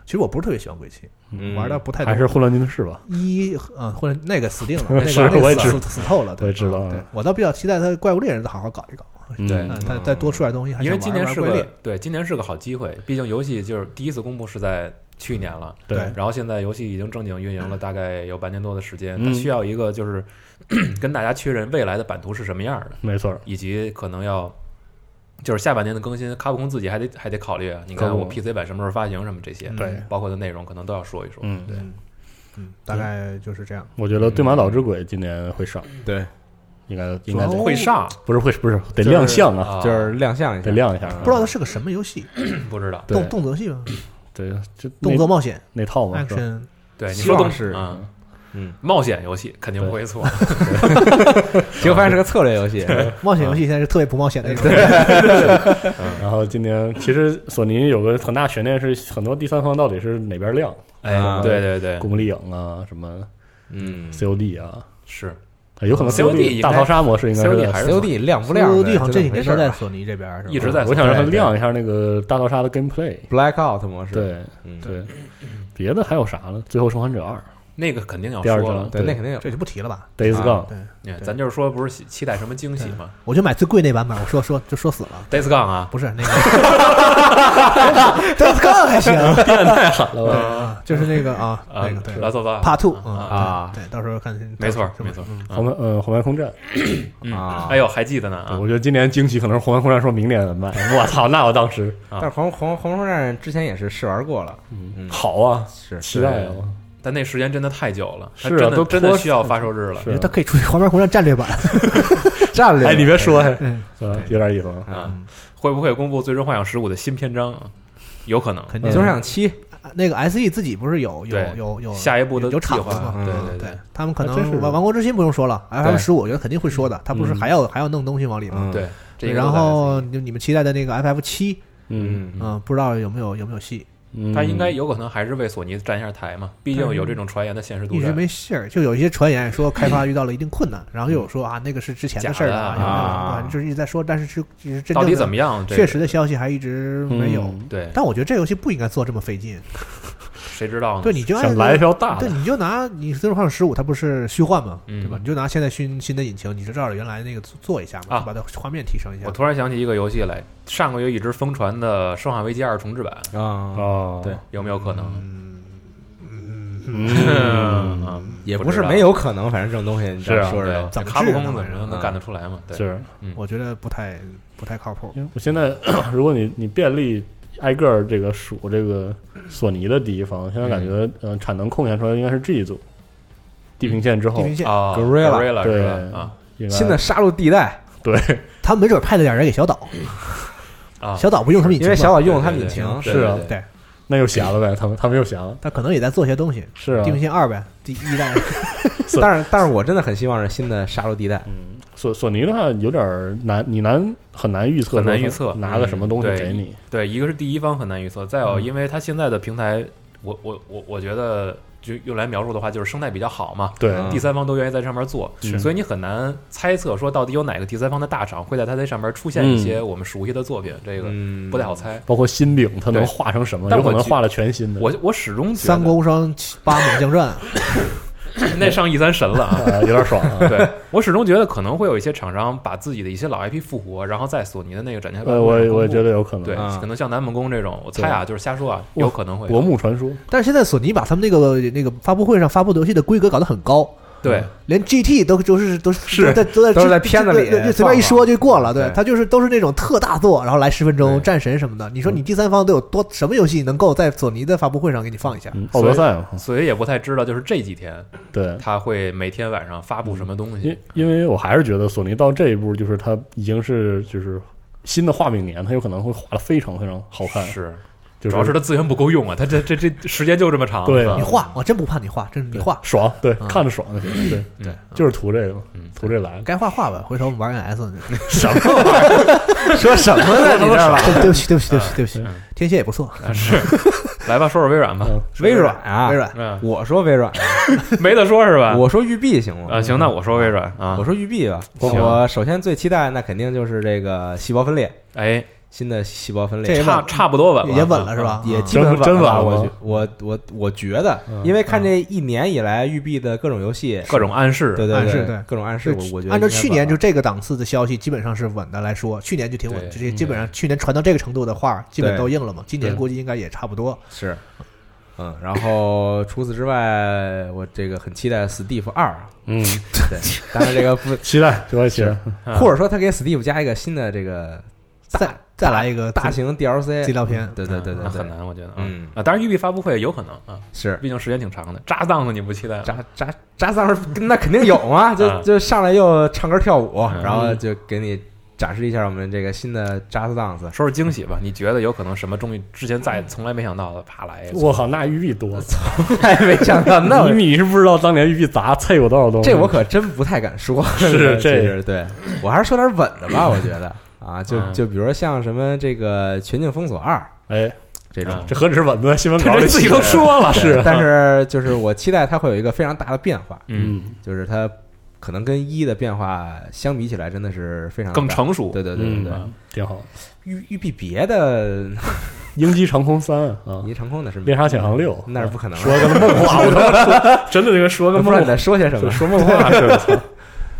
其实我不是特别喜欢鬼泣，
嗯
玩的不太懂
还是混乱军的事吧？
一啊，或者那个死定了，那 个
是
那个
我也
死
知
死死透了，对
我也知道
啊对我倒比较期待他怪物猎人再好好搞一搞，
嗯
对
嗯，再再多出点东西，还
因为
想
今
玩
年
玩
是
怪
个
猎
对，今年是个好机会，毕竟游戏就是第一次公布是在去年了，
对，
然后现在游戏已经正经运营了大概有半年多的时间，它
嗯
需要一个就是 跟大家确认未来的版图是什么样的，
没错儿，
以及可能要就是下半年的更新，卡普空自己还得还得考虑啊，你
可
看
不
我 PC 版什么时候发行什么这些，
嗯
对
包括的内容可能都要说一说。
嗯，
对
嗯，大概就是这样。
我觉得《对马岛之鬼》今年会上，
对，
应该应该得
会上
不是会不是得亮相啊，
啊，
就是亮相一
得
下，
亮一下啊，
不知道它是个什么游戏，
不知道。
对
动动作戏吗？
嗯
对，就那
动作冒险
那套嘛，是吧
action，
对，你
希
说
望
动
是
嗯
嗯，
冒险游戏肯定不会错。
结果发现是个策略游戏，
冒险游
啊
戏现在是特别不冒险的一种。
然后今年其实索尼有个很大悬念是，很多第三方到底是哪边亮，
哎，
啊
对对对
《古，墓丽影》啊，什么
嗯
COD 啊，
是
哎有可能
COD 应该
大逃杀模式应该是
COD 还是
，COD 亮不亮的？
COD 好像这几
没
年
事
都
儿
在
吧
索尼这边，是吧
啊一直在
我想让它
对对
亮一下那个大逃杀的 gameplay。
Blackout 模式，
对
嗯，
对，别的还有啥呢？《最后生还者二
那个肯定要》
第二
说了
章，。
对，那肯定有
这就不提了吧。
Days
啊
Gone
对
你看咱就是说哦不是期期待什么惊喜吗
我就买最贵那版本，我说说就说死了，
？Days Gone 啊，
不是 那个，这更还行，
太狠了吧！
啊就是那个啊，
啊
那个对，
，Last of Us
Part Two 嗯
啊，
啊
对，到时候看，
没错
是吧
没错。
红外呃红外空战，
嗯，
啊，
哎呦，还记得呢
对
啊
我觉得今年惊喜可能是红外空战，说明年卖。我操，那我当时
啊
但是红红红双战之前也是试玩过了，嗯
好啊，
是
期待啊！
但那时间真的太久了，它
是啊
真的
都拖
真的需要发售日了
是啊
我觉得它可以出去《黄面红战战略版》
战略，嗯
哎，你别说，哎，
嗯，
呃有点意思啊。
啊！会不会公布《最终幻想十五》的新篇章啊？有可能，
肯
你
定
就是想七，
那个 S E 自己不是有有
嗯对
有有
下一步的
有
计
厂子
划
嘛，，
对
嗯
对对哎
对他们可
还真
能
是
王王国之心不用说了，F M
对
十五我觉得肯定会说的，他不是
嗯
还要还要弄东西往里吗？
嗯，
对，这个
然后就你们期待的那个 F F 七，
嗯，
嗯，
嗯，不知道有没有有没有戏，
嗯
他应该有可能还是为索尼站一下台嘛，毕竟有这种传言的现实度
一
在
直。没信儿，就有一些传言说开发遇到了一 定困难，然后又有说啊那个是之前的事儿
假的
啊
啊嗯
有没有啊，就是一直在说，但是是就是真
到底
正
怎么
的
样？这个
确实的消息还一直没有。
嗯
对，
但我觉得这游戏不应该做这么费劲，
嗯谁知道呢？
对，你就按
想来一条大
对，
的，
你就拿你《最终幻想十五》，它不是虚幻嘛，
嗯
对吧？你就拿现在新新的引擎，你就照着原来那个做做一下嘛，
啊
就把它画面提升一下
我。突然想起一个游戏来，上个月一直疯传的《生化危机二》重置版，
啊，
哦，
对
有没有可能？
嗯，
嗯
也不是没，有可能，反正这种东西你知道
是啊
说
知
是
道
吧
对，
么
卡普
治呢
空怎么能
嗯
干得出来嘛？对，
是。
我觉得不太不太靠谱。
因为我现在， 如果你你便利挨个儿这个数这个索尼的第一方，现在感
嗯
觉呃产能空闲出来应该是 G 组，地平线之
地
后，
平线，
啊
Gorilla，
，Gorilla 是
对
吧？啊，
应该
新的杀戮地带，
对
他们没准派了点人给小岛，
啊
小岛不用他们引
因
擎
为
嘛，
小岛用了他们
对
引
对对
擎，
对
是啊
对对
对
那又闲了呗，他们他们又闲了，
他可能也在做些东西，
是啊
地，平线二》呗，第一代
对
但是但是我真的很希望是新的杀戮地带，
嗯，索索尼的话有点儿难，你难很难预测，
很难预测
拿个什么东
嗯
西
对
给你，
对，一个是第一方很难预测，再有
嗯
因为它现在的平台，我我我我觉得就用来描述的话，就是生态比较好嘛，
对，
嗯
第三方都愿意在上面做，
是
所以你很难猜测说到底有哪个第三方的大厂会在它这上面出现一些
嗯
我们熟悉的作品，这个
嗯
不太好。猜。
包括新饼它能
对
画成什么，
但
有可
我
能
觉
画了全新的，
我我始终觉得
三国无双七八猛将传，
那上 E 三神了 啊！
啊，有点 爽啊。
对我始终觉得可能会有一些厂商把自己的一些老 IP 复活，然后在索尼的那个展台
呃，
版
我
本上公布。
我也觉得有可能。
对，
啊
可能像南梦宫这种，我猜啊，就是瞎说啊，
我
有可能会
国木传说，
但是现在索尼把他们那个那个发布会上发布的游戏的规格搞得很高，
对
连 GT 都就是都
是
都在都在
都是在片子里
对对就随便一说就过了。对
对
他就是都是那种特大作，然后来十分
对
钟战神什么的。你说你第三方都有多什么游戏能够在索尼的发布会上给你放一下？
嗯，奥德赛嘛，
所以也不太知道，就是这几天
对。
他会每天晚上发布什么东
因
西。
因为我还是觉得索尼到这一步，就是它已经是就是新的画饼年，它有可能会画的非常非常好看，
是，
就
主要是他资源不够用啊，他这这这时间就这么长。啊
对
是吧
你画，我真不怕你画，真是你
对
画，
爽，对，
嗯
看着爽就行，对，
对，
就是图这个嘛
嗯，
图这来的。
该画画吧。回头我们玩 NS，
什么？
说什么呢？你这玩
对对不起对不起对不
啊
起对不起
嗯，
天蝎也不错，
啊 是，来吧，说说微软 吧，
嗯
微
微
软
软啊，
微软
嗯，
我说微软，
没得说是吧？
我说育碧行吗？
啊，行，那我说微软啊
我，说育碧吧。
行
我首先最期待那肯定就是这个细胞分裂，
哎，
新的细胞分
这
裂
也
差
稳
差不多稳了，啊
也稳了是吧？
也
嗯
基本
真
稳
真稳
了。
了
我
吗
觉我我我觉得
嗯，
因为看这一年以来育碧的各种游戏，
各种暗示，
对对
暗示
对
对，
各种暗示，
就
我我觉得
按照
应该
去年
稳
就
了
这个档次的消息，基本上是稳的来说，去年就挺
对
稳，这些
嗯
基本上去年传到这个程度的话，基本
对
都硬了嘛。今年
对
估计应该也差不多。
是，嗯，然后除此之外，我这个很期待 Steve 二，啊
嗯，
对，当然这个不，
期待，就我期待。
嗯
或者说他给 Steve 加一个新的这个
再再来一个
大
资
型
资
DLC，
料片，
对对对
那
对
很
对，
难，我觉得，
嗯
啊，当然育碧发布会有可能啊，
是
毕竟时间挺长的，扎档子你不期待吗？
扎扎扎丧尸，那肯定有嘛，就
嗯
就上来又唱歌跳舞，
嗯
然后就给你展示一下我们这个新的扎斯 档子。
说说惊喜吧，你觉得有可能什么东西之前再从来没想到的，啪来一个，
我靠，那玉碧多，
太哎没想到，那我
嗯
你你是不知道当年玉碧砸菜有多少东 西。
这我可真不太敢说，
是
其
这
实对我还是说点稳的吧，我觉得啊，就
嗯
就比如说像什么这个《全境封锁二》
哎，
这
嗯。
种
啊
这何止是稳的，新闻稿
这
里
自己
写的
都说了，
对但是就是我期待它会有一个非常大的变化，
嗯，
嗯，
就是它可能跟一的变化相比起来，真的是非常
更
大。
成熟，
对对对对
嗯
对，
挺好。
玉玉碧别的
鹰击长空三 啊，
一成空的是
猎杀潜航六，
那是不可能的，
说个梦话，我他妈 说真的，这个说
我
个
都不知道
梦
你在说些什
就
么。
说梦话是吧？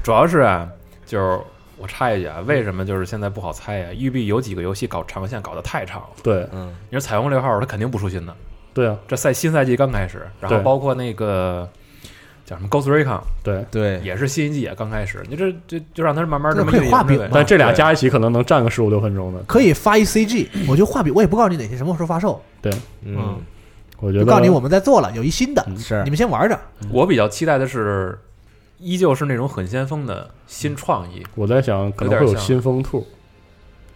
主要是啊，就是我插一句啊，为什么就是现在不好猜呀、育碧有几个游戏搞长线搞得太长了，
对
嗯，
你说彩虹六号它肯定不出新的，
对啊，
这赛新赛季刚开始，然后
对
包括那个叫什么 Ghost Recon
对。啊
对，
也是新一季也刚开始，你这这就让它慢慢这么
这可
运
以
营
画饼
着呗
嘛
但这俩加一起可能能占个十五六分钟的，
可以发一 CG，我就画笔，我也不告诉你哪些什么时候发售，
嗯，
我觉
就
得。
告诉你我们在做了，有一新的，
嗯
是
你们先玩着。
嗯
我比较期待的是，依旧是那种很先锋的新
嗯
创意。
我在想可能会
有
有
点像
新风兔，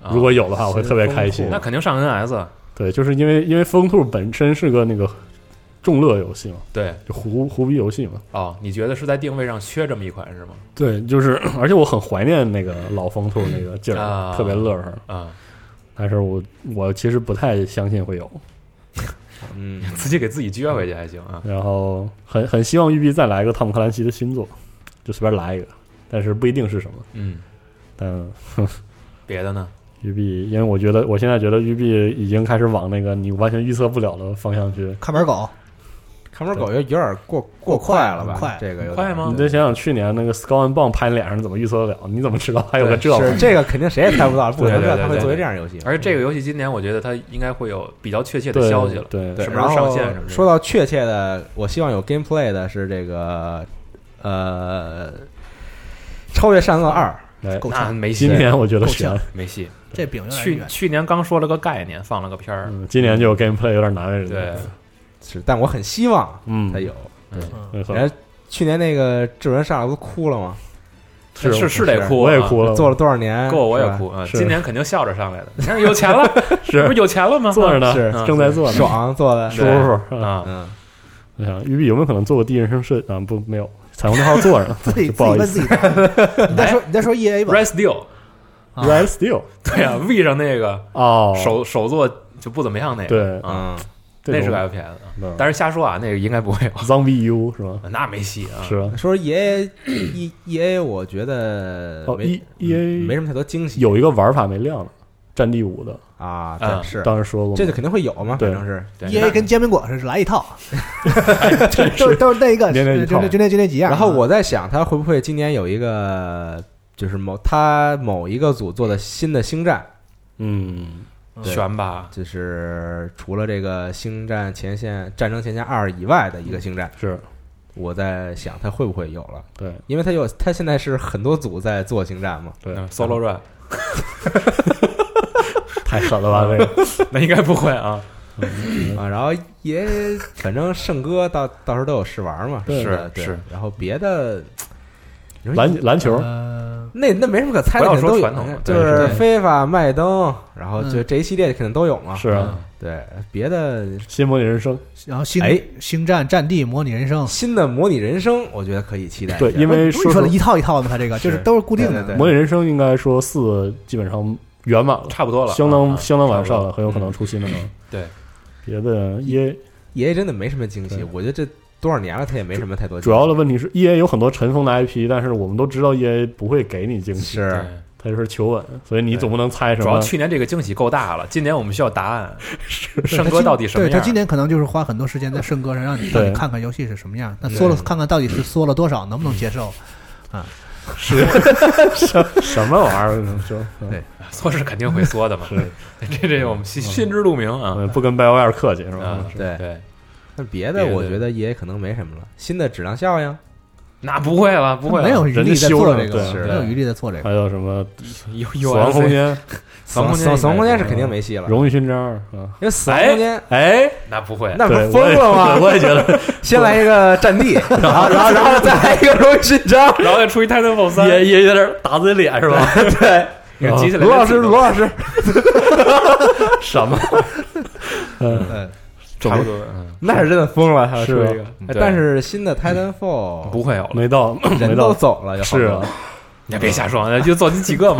啊、
嗯如果有的话，我会特别开心
那。肯定上啊 NS，
对，就是因为因为风兔本身是个那个重乐游戏嘛，
对
就胡胡逼游戏嘛。
哦，你觉得是在定位上缺这么一款是吗？
对，就是，而且我很怀念那个老风兔那个劲儿，
啊
特别乐呵。
啊、
但是我我其实不太相信会有，
嗯，
自己给自己撅回去还行啊。
然后很很希望育碧再来个汤姆克兰西的新作，就随便来一个，但是不一定是什么。
嗯，
但
别的呢？
育碧，因为我觉得我现在觉得育碧已经开始往那个你完全预测不了的方向去。
看门狗，
看门狗有有点过过快了吧？
快
这个有点
快吗
你再想想去年那个 s c o n 棒拍你脸上怎么预测得了？你怎么知道还有个这玩意
是
儿？
这个肯定谁也猜不到，不可能
对对对
他会
对
作为
对
这样的游戏。
而且这个游戏今年我觉得它应该会有比较确切的
对
消息了。
对
对，
什么时候
然后
上线什么的
说到确切的，我希望有 gameplay 的是这个呃，《超越善恶二
来，
够
那
呛，
没戏
今，年我觉得
够
悬
呛，
没戏。
这饼有点
去
远。，
去年刚说了个概念，放了个片儿，
嗯，今年就有 gameplay 有点难为人。
对，，
是，但我很希望
嗯，
它有。
没错，
然后去年那个志文上来不哭了吗？
是是
是
得哭，啊
我也哭了，
做了多少年？
够我
是
也
吧
哭啊！
是
今年肯定笑着上来的。你看有钱了，
是
不是有钱了吗？嗯
坐着呢
是，
正在做呢，
爽做的。
舒服啊！
啊，
嗯，
我想育碧有没有可能做过第一人称设啊？不，没有，彩虹六号坐着 呢
自己
就不
自己
好意
问
思。
自己答，你再
哎
说你再说 E A 吧
Rise 哎 Deal，
啊
Red Steel
对啊，V 上那个
哦，
手手作就不怎么样那个，
对，
啊，
嗯，
这
那是
种
个 FPS，啊
嗯
但是瞎说啊，那个应该不会有，
Zombie U 是吧？
那没戏啊。
是吧？
说 E A E E A，我觉得
哦
没嗯
，E E A
没什么太多惊喜。
有一个玩法没亮呢，战地五的，
啊，
啊
对，是，
当时说过嘛，
这就肯定会有嘛，
对
反正是
对
E A 跟煎饼果子是来 一套，
真
都
是
是都是那一个，
连着一
就
套
那就那就那几样。啊
然
啊
后我在想，他会不会今年有一个，就是某他某一个组做的新的星战，
嗯，
悬吧，
就是除了这个《星战前线：战争前线二》以外的一个星战，
是
我在想他会不会有了，
对
因为他有他现在是很多组在做星战嘛，
对
嗯，，solo run，
太狠了吧这个，
那应该不会啊。
啊，然后也反正圣哥到到时候都有试玩嘛，
对
是的对
是
然后别的。你说
篮篮球
呃
那那没什么可猜的，
不要
肯定
说
都有哎
传统了，
就
对
是
是
非法麦登，然后就
嗯
这一系列肯定都有嘛。
是
嗯
啊，
对，别的
新模拟人生，
然后星
哎
星战战地模拟人生，
新的模拟人生，我觉得可以期待一下。
对，因为
不
说实
是你说的一套一套的吗？他这个就是
是
都是固定的，
对对
模拟人生应该说四基本上圆满了，
差不多了，
相
啊
当相当完善。
啊
了，很有可能出新的了。
对，
别的 E A
爷爷真的没什么惊喜
对，
我觉得这多少年了，他也没什么太多惊喜。
主要的问题是 E A 有很多尘封的 I P，但是我们都知道 E A 不会给你惊喜，
差不多
是
了对
它就是啊求稳，所以你总不能猜什
主要
么。
去年这个惊喜够大了，今年我们需要答案。圣
他
哥
今
到底什么
对
样？
他今年可能就是花很多时间在圣歌上，让你
对
让你看看游戏是什么样，那缩了看看到底是缩了多少，能不能接受？
什么玩意儿？就嗯
对
缩是肯定会缩的嘛，
是
这这我们心心知肚明啊。
嗯不跟 BioWare 客气是吧
啊？，
对，
对，
但别的
别的
我觉得爷爷可能没什么了。新的质量效应，
那不会了，不会了，
没有余
啊人家
力在
修
做
了
这个，
对
没有余力在做这个。
还有什么
有
死
有
亡空间、
死亡空间
死亡空
应该
间是
是
肯定没戏了，
荣誉勋章啊？
因为死亡空间
哎，
那不会，
那不
对
是疯了吗？
我也觉得
先来一个战地， 然后然后然后再来一个荣誉勋 章，
然后再出一 Titanfall 三，
也也有点打自己脸是吧？
对。
给急起来。
罗老师，罗老师，
什么？嗯，
嗯，
差不多，嗯
那是嗯真的疯了，他
是嗯
说
啊
一个。哎
对
但是新的 Titanfall
不会有了。
没到没
人都
到，
走了，有好
是
多
啊，
你别瞎说，啊就做你几个嘛。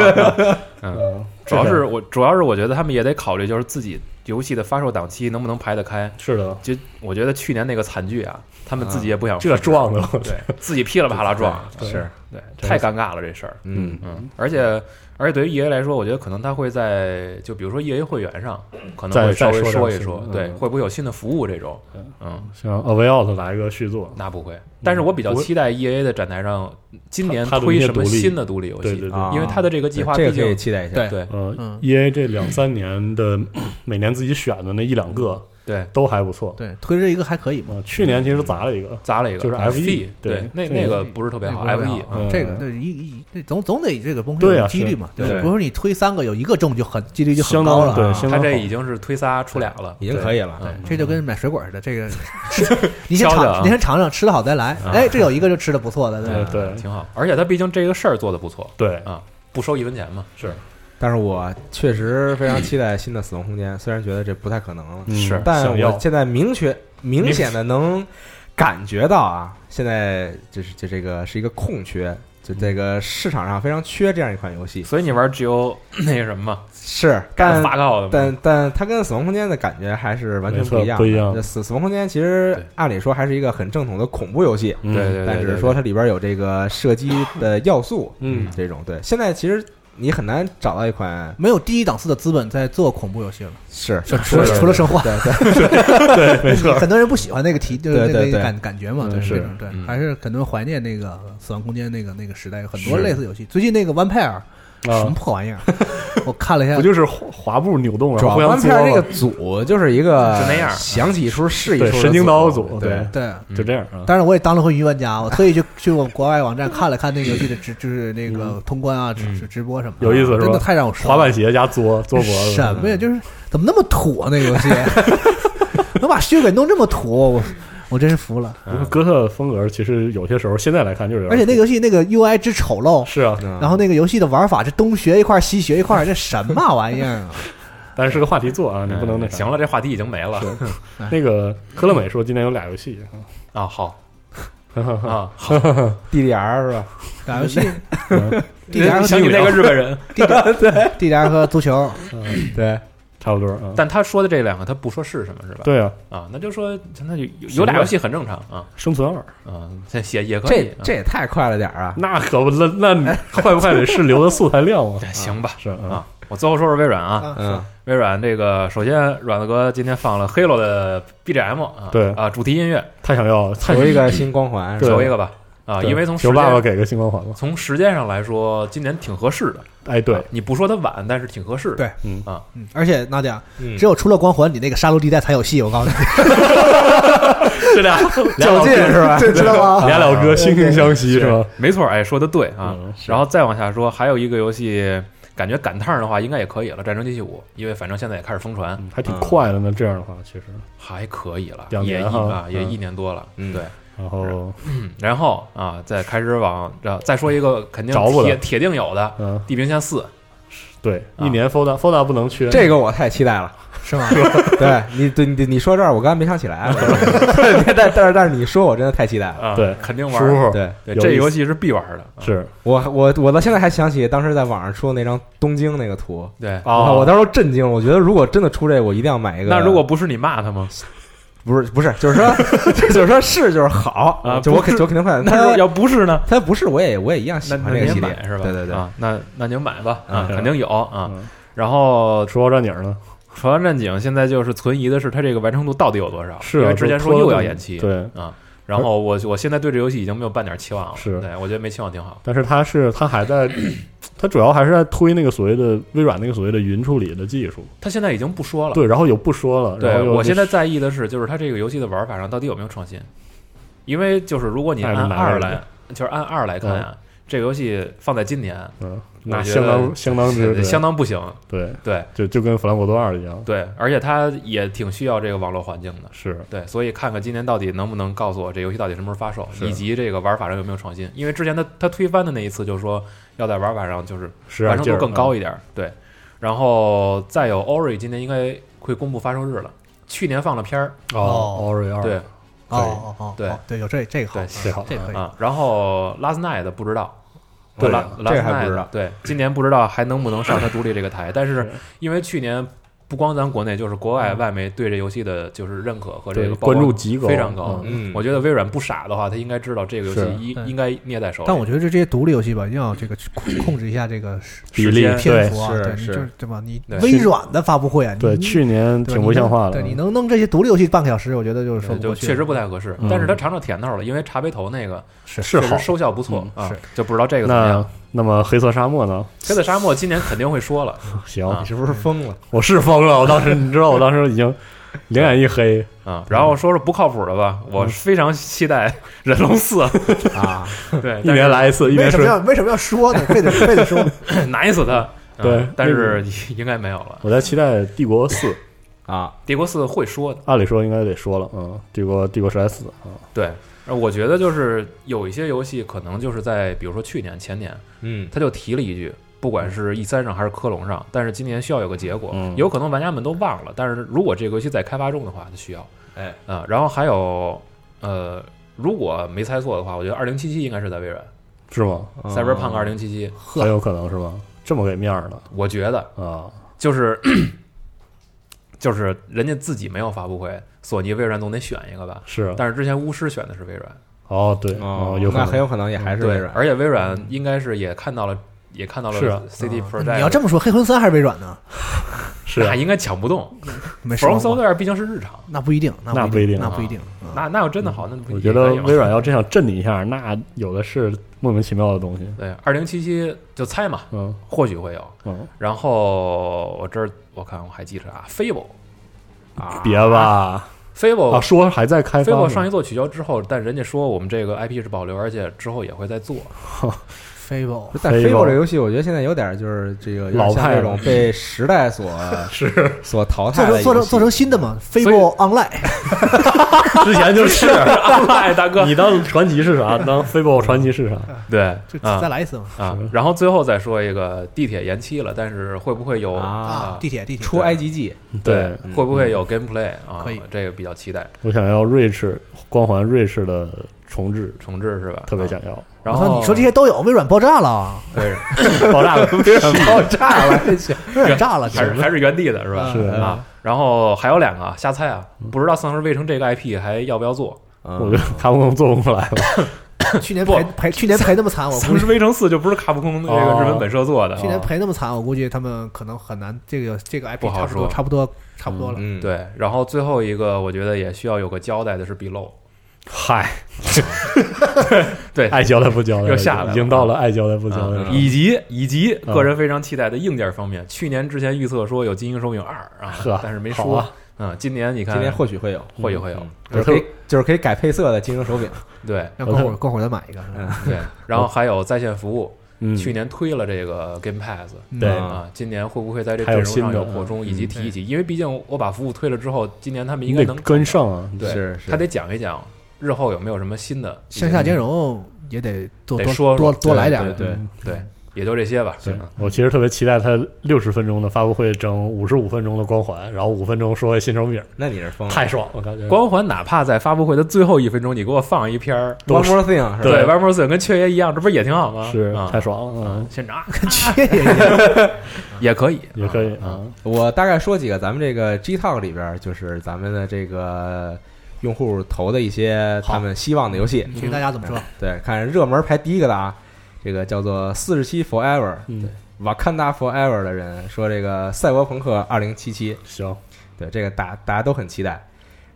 嗯，
嗯
主要是我，主要是我觉得他们也得考虑，就是自己游戏的发售档期能不能排得开。
是的，
就我觉得去年那个惨剧啊，他们自己也不想
这撞的，
对 自己噼里啪啦撞，
是，
对，太尴尬了这事儿。
嗯，
嗯，而且而且对于 EA 来说，我觉得可能他会在就比如说 EA 会员上，可能
再
会稍微
再说点
说一
新
说
的，
对，
嗯
会不会有新的服务这种？嗯，
像 a v a l t 来一个续作，
那不会。但是我比较
不会
期待 EA 的展台上今年
它它的
推
一些
什么
独立
新的独立游
对
戏
对，对，
啊
因为他的这个计划
这
毕
个可以
竟
期待一下。
对
对
呃
嗯
，E A 这两三年的每年自己选的那一两个
对
都还不错。
对，推这一个还可以嘛？
啊，去年其实砸了一个，
砸了一个
就是
FE，
FE
对
对，
那
这个
那个不是特别好 E，
那个不是特别
，FE
好嗯
这个对一一这总总得这个东西
对啊
有几率
是
嘛，
对
吧？不是你推三个有一个中就很几率就很
相
高了
当
啊，
对，
嗯
相
他
当
这
好
已经是推仨出俩了，
已经可以了，
嗯
这就跟买水果似的，这个 你先
挑挑啊
尝，你先尝尝，吃的好再来。
啊
哎，这有一个就吃的不错的，对
呃
吧？
对
挺好。而且他毕竟这个事儿做的不错
对，
啊，不收一分钱嘛，
是
但是我确实非常期待新的《死亡空间》，虽然觉得这不太可能了，
嗯
是
但
想
我
要
现在明确明显的能感觉到啊，现在就是就这个是一个空缺，就这个市场上非常缺这样一款游戏。
所以你玩 GO 那个什么嘛，
是，但
发告的嘛，
但但它跟《死亡空间》的感觉还是完全
没错
不一样啊的。
不一样
就死死亡空间》其实
对
按理说还是一个很正统的恐怖游戏，
嗯
对对对，
但只
对
是说它里边有这个射击的要素，
嗯
这种对。现在其实你很难找到一款
没有低一档次的资本在做恐怖游戏了，
是
除了
是
除了生化，
对对
对，没错，
很多人不喜欢那个题，就是
对
那个
对
那个
对
感感觉嘛，
嗯
对
是
那种对
嗯，
还是很多人怀念那个《死亡空间》那个那个时代，有很多
是
类似游戏。最近那个《One Pair》什么
啊，
破玩意儿，我看了一下
不，就是滑滑步扭
主
动然
要
后互相
翻
作
片儿这个
吗？
组就是一个
就那样
想起一出是一出
对，
的
神经刀组，
对，
对。
就这样啊，
当然，我也当了回云玩家，我特意去 去我国外网站看了看那个游戏的直，就是那个通关啊，直直直播什么
嗯
的，
有意思是吧
真的太让我失望
滑
了
板鞋加作作脖子，
什么呀？就是怎么那么土啊？那 个游戏能把血给弄这么土，我我真是服了。
不过嗯哥特风格其实有些时候现在来看就是有
而
点，
且那个游戏那个 UI 之丑陋，
是啊，
嗯
然后那个游戏的玩法，这东学一块儿西学一块儿，这什么玩意儿啊？
但是是个话题做啊，你
嗯
不能那啥
行。了，这话题已经没了
是那个科乐美说今年有俩游戏啊
啊，好
哈哈哈，
啊，好，
DDR 是吧？
打游戏
啊
嗯
，DDR
想起那个日本人，
DDR 和足球，
对，
差不多 啊。
但他说的这两个他不说是什么是吧？
对啊，
啊，那就说那就有有俩游戏很正常啊
生存二
啊，这也也可以
这，这也太快了点儿啊！
那可不，那那你快不快得是留的素材量啊
哎？行吧，
是啊
啊，我最后说说微软啊，
啊
嗯
微软这个首先阮子哥今天放了 Halo 的 BGM 啊，
对
啊，主题音乐
太想要了，太
有一个新光环，是吧
求一个吧啊，
对
因为从时
求爸爸
间
给个星光环吧。
从时间上来说，今年挺合适的。
哎，对
啊，你不说它晚，但是挺合适的。
对
嗯
嗯，而且娜姐，
嗯
只有出了光环，你那个杀戮地带才有戏。我告诉你，
这俩俩老
较劲
哥
是吧？
这知道吗？
俩老
啊
哥惺惺相惜
对
是吧？
没错，哎，说的对啊。
嗯是
然后再往下说，还有一个游戏，感觉赶趟儿的话应该也可以了，《战争机器五》，因为反正现在也开始疯传，
嗯还挺快的呢。这样的话，其实，
还可以了，
两
也
年
一
哈
啊，也
嗯
一年多了。
嗯
对，
然后，
嗯然后啊，再开始往这再说一个肯定
着不得
铁铁定有的
嗯，
《地平线四》，
对，
啊
一年 Fold Fold 不能缺，
这个我太期待了，
是吗？
对你，对你，你说这儿我刚才没想起来， 我但但是但是你说我真的太期待了，
啊，
对
肯定
舒
玩儿。
服
对
对，
有
这
意思
游戏是必玩儿的。啊
是
我我我到现在还想起当时在网上出的那张东京那个图，
对。
啊，
我当时都震惊了，我觉得如果真的出这个，我一定要买一个。
哦那如果不是你骂他吗？
不是不是，就是 说就是说是就是好
啊
就我
不是
肯就肯定会买。
那如果
他
要不是呢？
他不是我也我也一样喜
那
欢
那
这个
您
系
买
列
是吧？
对对对，
啊，那那您买吧啊
啊，
肯定有啊
嗯。
然后
说到这影儿呢，
《传说战警》现在就是存疑的是它这个完成度到底有多少？
是啊
因为之前
都
说
拖了
又
这
要
么
延期，
对，
啊。然后我我现在对这游戏已经没有半点期望了，
是
对我觉得没期望挺好。
但是它是它还 在，它主要还是在推那个所谓的微软那个所谓的云处理的技术，
他现在已经不说了，
对，然后又不说了，然
对
后又
我现在在意的是，就是它这个游戏的玩法上到底有没有创新？因为就是如果你
那
按
蛮
二
难
来，就是按二来看啊，这个游戏放在今年
嗯，
我
那
觉
相
得
当相当之对
相当不行，
对，
对
就就跟《弗兰博多二》一样，
对，而且它也挺需要这个网络环境的。
是
对，所以看看今年到底能不能告诉我这游戏到底什么时候发售，
是
以及这个玩法上有没有创新。因为之前他他推翻的那一次，就是说要在玩法上就是
是啊
完成度更高
一
一点儿。对，然后再有 Ori 今年应该会公布发售日了。去年放了片儿，
哦
哦
，Ori 二
对
哦哦哦，
对
哦对，有这这个好
对，
这好
这可以。
啊，然后 Last Night 不知道。
对
拉
这个
Last
还不知
Night
道
对，今年不知道还能不能上它主力这个台，但是
是
因为去年不光咱国内，就是国外外媒对这游戏的就是认可和这
对
个曝
关注
光
极高，
非常高，
嗯
嗯，
我觉得微软不傻的话，他应该知道这个游戏
是
应
对
应该捏在手里。
但我觉得这这些独立游戏吧，一定要这个去控控制一下这个时
比例
时间
对
篇幅啊，
是
对，你
是
就是对吧？你
对
微软的发布会啊，你
对，去年
对
挺
你
不像
弄
话的，
对，你能弄这些独立游戏半个小时，我觉得就是说不
对呃就
过去，
确实不太合适
嗯，
但是他尝尝甜头了，因为茶杯头那个
是是
确实
好。
收效不错
嗯
啊
是，
就不知道这个怎么样
那。那么黑色沙漠呢？
黑色沙漠今年肯定会说了，
行，
啊
你是不是 疯了？
我是疯了，我当时你知道，我当时已经两眼一黑，
啊，然后说说不靠谱的吧，我非常期待 忍龙四，
啊，
对，
一年来一次，一
为
年
什
是
么要为什么要说呢？非得非得说呢？
奶死他。嗯
对
但是应该没有了。
我在期待《帝国四》，
啊，
帝国四会说的，
按理说应该得说了，嗯，《帝国帝国时代四》啊，
对，呃我觉得就是有一些游戏可能就是在比如说去年前年，
嗯，
他就提了一句，不管是 E 三上还是科隆上，但是今年需要有个结果，
嗯
有可能玩家们都忘了，但是如果这个游戏在开发中的话，就需要，
哎
啊、然后还有呃，如果没猜错的话，我觉得二零七七应该是在微软、
是吗？
嗯
Cyberpunk 二零七七，
很有可能是吗？这么给面儿的
我觉得
啊，
就是。 就是人家自己没有发布会，索尼、微软总得选一个吧。
是
但是之前巫师选的是微软，
哦，对，
哦
哦，，有可
那
能
很有可能也还是
嗯
微
对，
软。
而且微软应该是也看到了，也看到
是啊
了 CD
嗯
Projekt。哎
你要这么说，黑魂三还是微软 呢？
是
那应该抢不动。
没
From
说
Software 毕竟是日常，
那不一定，
那
那
不一定
那
啊
不一定。嗯
那那要真的好，那不
我觉
也
得
可以吗
微软要真想震你一下，那有的是莫名其妙的东西。
对二零七七就猜嘛，
嗯
或许会有。
嗯，
然后我这儿我看我还记着啊，Fable，Fable
别吧，啊，说还在开发呢
Fable 哦上一座取消之后，但人家说我们这个 IP 是保留，而且之后也会再 做。
Fable
但
Fable
Fable 这游戏，我觉得现在有点就是这个有点
老
像
派
这种
了
被时代所是所淘
做
汰的
成做
游
成
戏
做成新的嘛
以
？Fable Online
之前就是
哎，大 哥，
你当传奇是啥？当 Fable 传奇是啥？
对
就再
啊
来一次嘛？
啊，然后最后再说一个地铁延期了，但是会不会有
啊
啊，地铁地铁
出 IGG，
对嗯
对，
会不会有 gameplay 啊
可以？
这个比较期待
我想要瑞士光环瑞士的重置，
重置是吧？
特别
啊。
想要。
然
我
后
操你说这些都有，微软爆炸了，
对，
爆炸了，
爆炸 了，这是
微软炸了，
还是
简直
还是原地的是吧？
是
啊，然后还有两个啊，
嗯
瞎猜啊，不知道丧尸围城这个 IP 还要不要做？
我觉得他们做不过来了。
去年
不
赔赔去年赔那么惨，我
丧
估
尸
计
围城四》就不是哦卡普空那个日本本社做的，啊
去年赔那么惨，我估计他们可能很难这个这个 IP
不好
差不多
说
差不多差不多了。
嗯，，
对，然后最后一个我觉得也需要有个交代的是 Below，
嗨，
对，
爱交代不交代，
又下来了嗯
已经到了爱交代不交代的时候。
以及以及
嗯
个人非常期待的硬件方面，去年之前预测说有《金鹰手柄二》啊
呵，
但是没
好
说
啊。
嗯，今年你看
今年或许会有，
会有会有
嗯，就是可以就是可以改配色的精灵手柄，
对
让过会儿过会儿再买一个，是吧
对，然后还有在线服务，
嗯，
去年推了这个 Game Pass，
对
啊，今年会不会在这
还
阵容
有
上
新
有
的嗯
扩充，以及提一提？因为毕竟我把服务推了之后，今年他们
你
应该
得
能
嗯跟，上啊。
对，
是是
他得讲一讲日后有没有什么新的一些
向下兼容也得多
得
多
说说
多多来点儿。
对对
嗯
对，也就这些吧。
对
嗯，
我其实特别期待他六十分钟的发布会整五十五分钟的光环，然后五分钟说新手柄，
那你是疯了。
太爽了，感觉
嗯光环哪怕在发布会的最后一分钟，你给我放一篇儿，
都
One
是
more thing 是吧？
对
对，玩 Morse 跟雀爷一样，这不是也挺好吗？
是
啊
太，爽了，
嗯
嗯，
现场
切 也也
也 可以，
也可以
啊。
啊，
我大概说几个咱们这个 G Talk 里边儿，就是咱们的这个用户投的一些他们希望的游戏。
请大家怎么说？
对，看热门排第一个的啊，这个叫做《四十七 Forever》
嗯，
瓦坎达 Forever 的人说，这个《赛博朋克二零七七》，
行，
对这个大大家都很期待。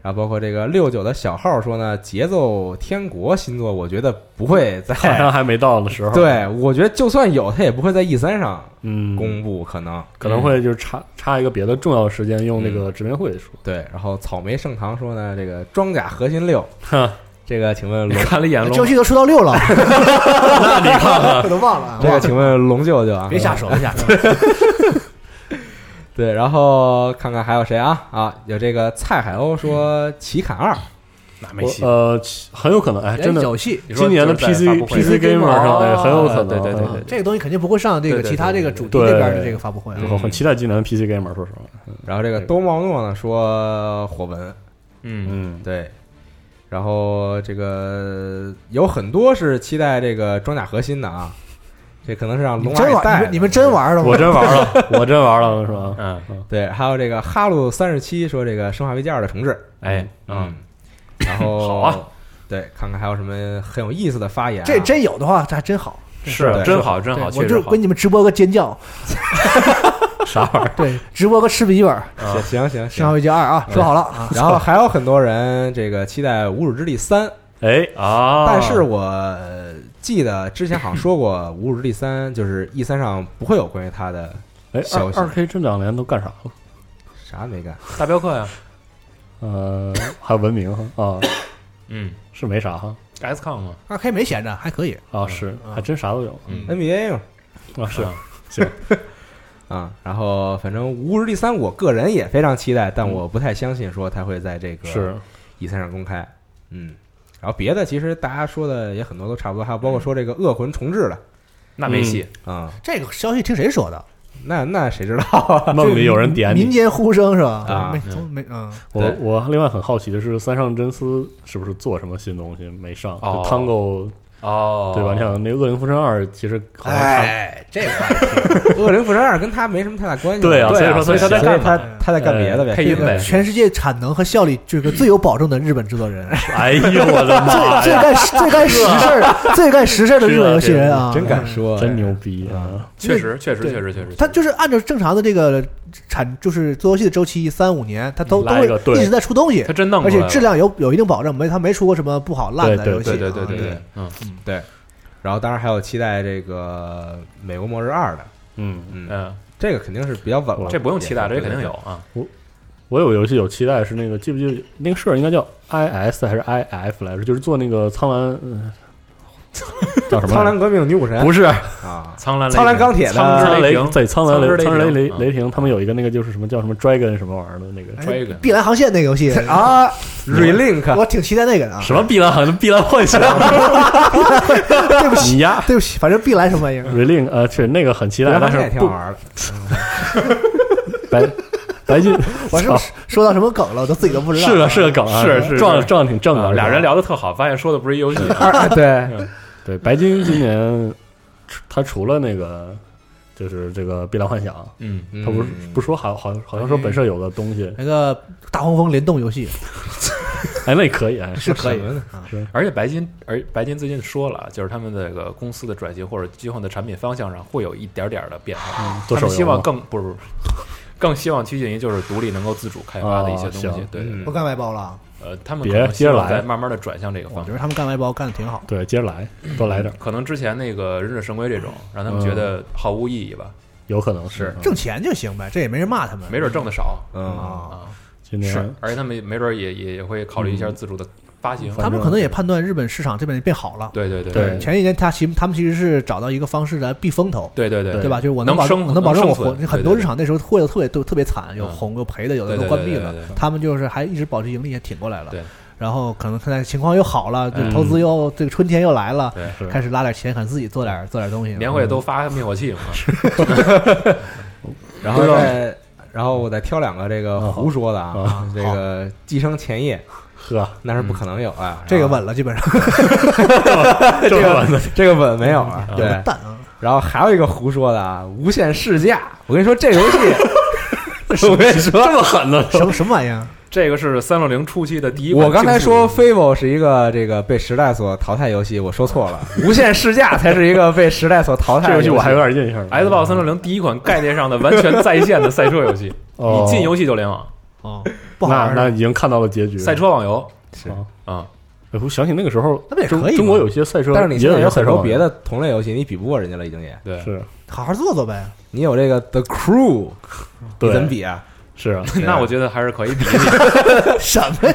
然后包括这个六九的小号说呢，《节奏天国》新作，我觉得不会在
好像还没到的时 候，，
对，我觉得就算有，它也不会在 E 三上
嗯，
公布，可能
可能会就是插插一个别的重要时间，用那
嗯
个直面会说，
对。然后草莓盛唐说呢，这个《装甲核心六》，
哼，
这个请问
你
龙
看了一眼
这
龙
游，戏都出到六 了，我都忘了啊，
这个请问龙舅舅啊，
别下手，别下手。
对，然后看看还有谁啊啊，有这个蔡海鸥说《奇砍二》，
那没
我
戏。
呃，其很有可能，哎，真的，
游戏
你说
今年的
就是在
PC
发布会
PC gamer 上，哎，很有可能，
对对对
嗯
对，
这个东西肯定不会上这个
对对
其他
对对
这个
对
主题
对
那边的这个发布会啊。
我
嗯
很期待今年的 PC gamer，说实话，
然后这个东茂诺呢说火纹，
嗯，
嗯，
对，然后这个有很多是期待这个装甲核心的啊，这可能是让
你
龙马
真
给带
玩，你
的啊
们你们真玩了吗？
我真玩了，我真玩了，是吧？
嗯，
对，还有这个哈鲁三十七说这个《生化危机二》的重置，
哎，嗯
嗯，，然 后
好啊，
对，看看还有什么很有意思的发言啊、
这真有的话，这还真好。
啊
是
对
真好，真好，
对我
确
就
实好
给。你们直播个尖叫，
啥玩意儿？
对，直播个吃笔记本《
啊
行行
生化
行，
危机二》啊，说好了啊。
然后还有很多人这个期待《无主之地三》，
哎，
啊！
但是我呃记得之前好像说过，《无主之地三》就是 E 三上不会有关于它的
哎，
消
二
息
二 K 这两年都干啥了？
啥没干，
大镖客呀，
呃，还有文明哈啊，
嗯
是没啥哈
，XCOM 嘛，
二 K 没闲着，还可以。
啊，是还真啥都有
嗯，
NBA 嘛
啊，是
啊
啊，然后反正《无日第三》，我个人也非常期待，但我不太相信说它会在这个
是，
E 三上公开。嗯，然后别的其实大家说的也很多都差不多，还有包括说这个《恶魂重置》了
那没戏。
啊、
这个消息听谁说的？
那那谁知道啊？
梦里有人点
民
你。
间呼声是吧？
啊
没从没嗯，
我
对
我另外很好奇的是，三上真司是不是做什么新东西没上？
哦
就 Tango
哦，
对吧？你想那《恶灵附身二》其实好像看
哎，这个
《恶灵附身二》跟他没什么太大关系，
对啊
所
所以说
所
所
以
以
他所以
他在干
他
嘛
他在干别的呗，
配音呗
全世界产能和效率这个最有保证的日本制作人，
哎呦我的妈
最
呀，
干最干实事儿、最干实事儿的日本游戏人啊，
真敢说，
嗯真牛逼啊！
确实，确实，
对
确实，确实，
他就是按照正常的这个产，就是做游戏的周期三五年，他都都
来
会
一个对
一直在出东西
他，真弄过
而
来
且
了，
质量有有一定保证，没他没出过什么不好烂
对
的
对
游戏啊。
对对对对
这个
对，嗯，
对。然后当然还有期待这个《美国末日二》的，
嗯，
嗯，
嗯，
这个肯定是比较稳了，
这不用期待，这
也
肯定有。啊。
我有个游戏有期待是那个，记不记得那个社应该叫 IS 还是 IF 来着？就是做那个苍兰，嗯 叫什么来着？
苍兰革命女武神
不是
啊，
苍兰
苍兰钢铁的
苍
苍
之
兰
雷
雷
霆，
对苍兰
之
雷苍兰雷
雷
雷雷霆，他们有一个那个就是什么叫什么 Dragon 什么玩意儿的那个
哎吹一个
碧蓝航线那个 游戏
啊，Relink
我挺期待那个的啊。
什么碧蓝好像碧蓝幻想，
对不起，
你呀
啊对不起，反正碧蓝什么玩意儿，
Relink 呃是那个很期待，但
也
是
挺好
不
玩的。
白白金，
我是不是说到什么梗了，我都自己都不知道。
是个是个梗啊，
是是是
撞撞得挺正
啊
的，
俩人
聊。
聊的特好，发现说的不是一游戏，
二对，
对，白金今年除他除了那个就是这个《碧蓝幻想》，
嗯，
他不是不说好好好像说本社有个东西，
那个大黄蜂联动游戏，
哎，那可以，哎
是可以的
啊。
而且白金，而白金最近说了，啊就是他们这个公司的转型或者今后的产品方向上会有一点点的变化，
嗯做
他
手
们希
游
望
嘛，
更不是不是，更希望趋近于就是独立能够自主开发的一些东西。
哦行
对，
嗯
不干外包了，啊
呃，他们
别
可能希
接着
望
来
在慢慢的转向这个
我
方
觉
向。
得他们干外包干的挺好。
对，接着来，多来点儿，
可能之前那个《忍者神龟》这种，让他们觉得毫无意义吧，
有可能嗯是
是
挣钱就行呗，这也没人骂他们。
没准挣的少
嗯，
啊，
啊。
今
是
年，
而且他们没准也也也会考虑一下自主的发行。
反
他
正
们可能也判断日本市场这边变好了。
对对对
对
前几年他其他们其实是找到一个方式来避风头，
对对对
对吧？就是我
能
能保证
生
我能保证
能
我
生
活，
存
很
对
多
对
市场那时候会的特别都特别惨，有
嗯
红有赔的，有的都
对对
关闭
对对
了
对对，
他们就是还一直保持盈利，也挺过来了。
对，
然后可能现在情况又好了，就
嗯
投资又这个春天又来了，
对
是
开始拉点钱，想自己做点做点东西了。嗯
年会都发灭火器嘛，
然后再然后我再挑两个这个
嗯好
胡说的啊
啊，
这个寄生前夜
呵，
那是不可能有啊，
这个
然后
稳了，基本上
这么 稳
这个稳没有啊，
有
对
个。蛋
哎
啊，
然后还有一个胡说的啊，无限试驾，我跟你说这游戏，我跟你说
这么狠呢？
什么什么玩意儿？
这个是三六零初期的第一款
我
竞速游戏。
刚才说 Fable 是一个这个被时代所淘汰游戏，我说错了，无限试驾才是一个被时代所淘汰
这
的
游
游
戏
戏。
我还有点印象
Xbox 三六零第一款概念上的完全在线的赛车游戏，
哦
你进游戏就联网，
哦，不好
那
玩
那
儿。
已经看到了结局。
赛车网游
是
啊，
啊，
哎我想起那个时候，
那不也
中
可以吗
中国有些赛车，
但是你
也
现在有
有
很
赛车
多
网
别的同类游戏，你比不过人家了，已经也。
对，
是，
好好做做呗，
你有这个 The Crew，你
对，
怎么比啊
是啊，
那我觉得还是可以比一比。
什么呀？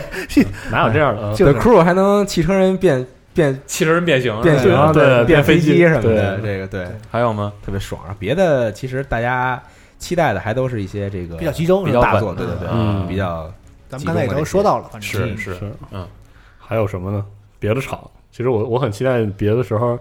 哪有这样的啊？
？The 哦 Crew 还能汽车人变变
汽车人哎变形，
变形，
对变
变
飞
机
机
什么的，
对
这个对
还有吗？
特别爽。啊！别的其实大家期待的还都是一些这个
比较集中，
比
是
较
吧
稳
大作，对对对，
嗯
比较
咱们刚才也都说到了，反正
是
嗯
是，
是，
嗯，
还有什么呢？别的场，其实我我很期待别的时候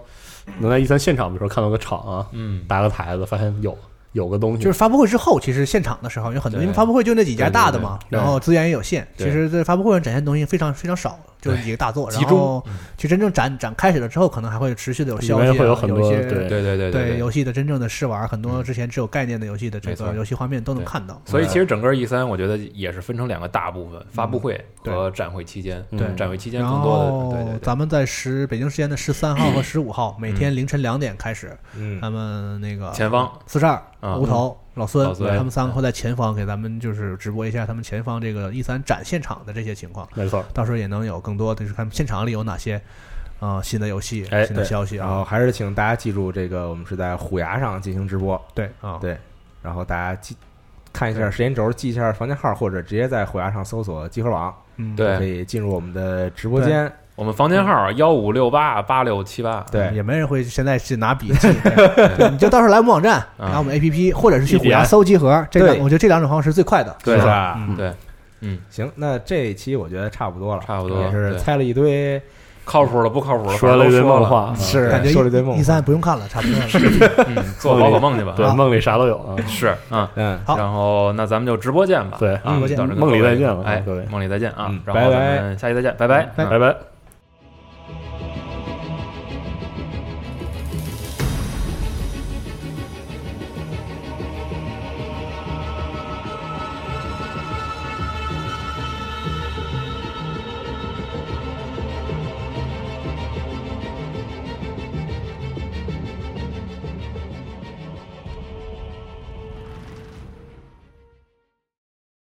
能在 E 一三现场，比如说看到个场啊，
嗯，
搭个台子，发现有有个东西，
就是发布会之后，其实现场的时候有很多，
对
因为发布会就那几家大的嘛，
对对对
然后资源也有限，
对
其实在发布会上展现的东西非常非常少，就是
对
几个大作，
集
然后其实真正展展开始了之后，可能还会持续的有
里
消息啊，
面会有很
一
多
些
对
对对对
对
对。
游戏的真正的试玩，很多之前只有概念的游戏的这
没
个
错
游戏画面都能
对
看到。
所以其实整个 E 三，我觉得也是分成两个大部分，发布会和展会期间。
对
展会期间
然
更多
后
的，对对对，
咱们在十北京时间的十三号和十五号，每天凌晨两点开始，
嗯
咱们那个
前方
四十二、
啊
无头、老孙
老孙
他们三个会在前方给咱们就是直播一下他们前方这个一三展现场的这些情况，
没错，
到时候也能有更多的就是看现场里有哪些呃新的游戏、
哎
新
对
的消息
然
啊
后，还是请大家记住，这个我们是在虎牙上进行直播，
对啊，
对，然后大家记看一下时间轴，记一下房间号，或者直接在虎牙上搜索集合网，
嗯，
对
可以进入我们的直播间。
我们房间号幺五六八八六七八，
对，
也没人会现在去拿笔记，对你就到时候来我们网站，
嗯
然后我们 A P P 或者是去虎
TDI
牙搜集合，这两
对
我觉得这两种方式是最快的。
对
是吧？
嗯
对，嗯，
行，那这一期我觉得差不多了，
差不多
也是
对
猜了一堆，
靠谱了不靠谱了，
说
了
了一堆梦，话，啊
是
感觉
说了一堆梦
一。三不用看了，差不多了。
嗯，做宝可梦去吧，
对，
啊
梦里啥都有啊，
是，嗯，
嗯，
好
然后那咱们就直播见吧，
对
啊，
嗯
到这个
梦里
各位
再见了
哎
各位，
梦里再见啊
嗯，
然
拜
后
拜
咱们下期再见，拜拜，嗯
拜拜。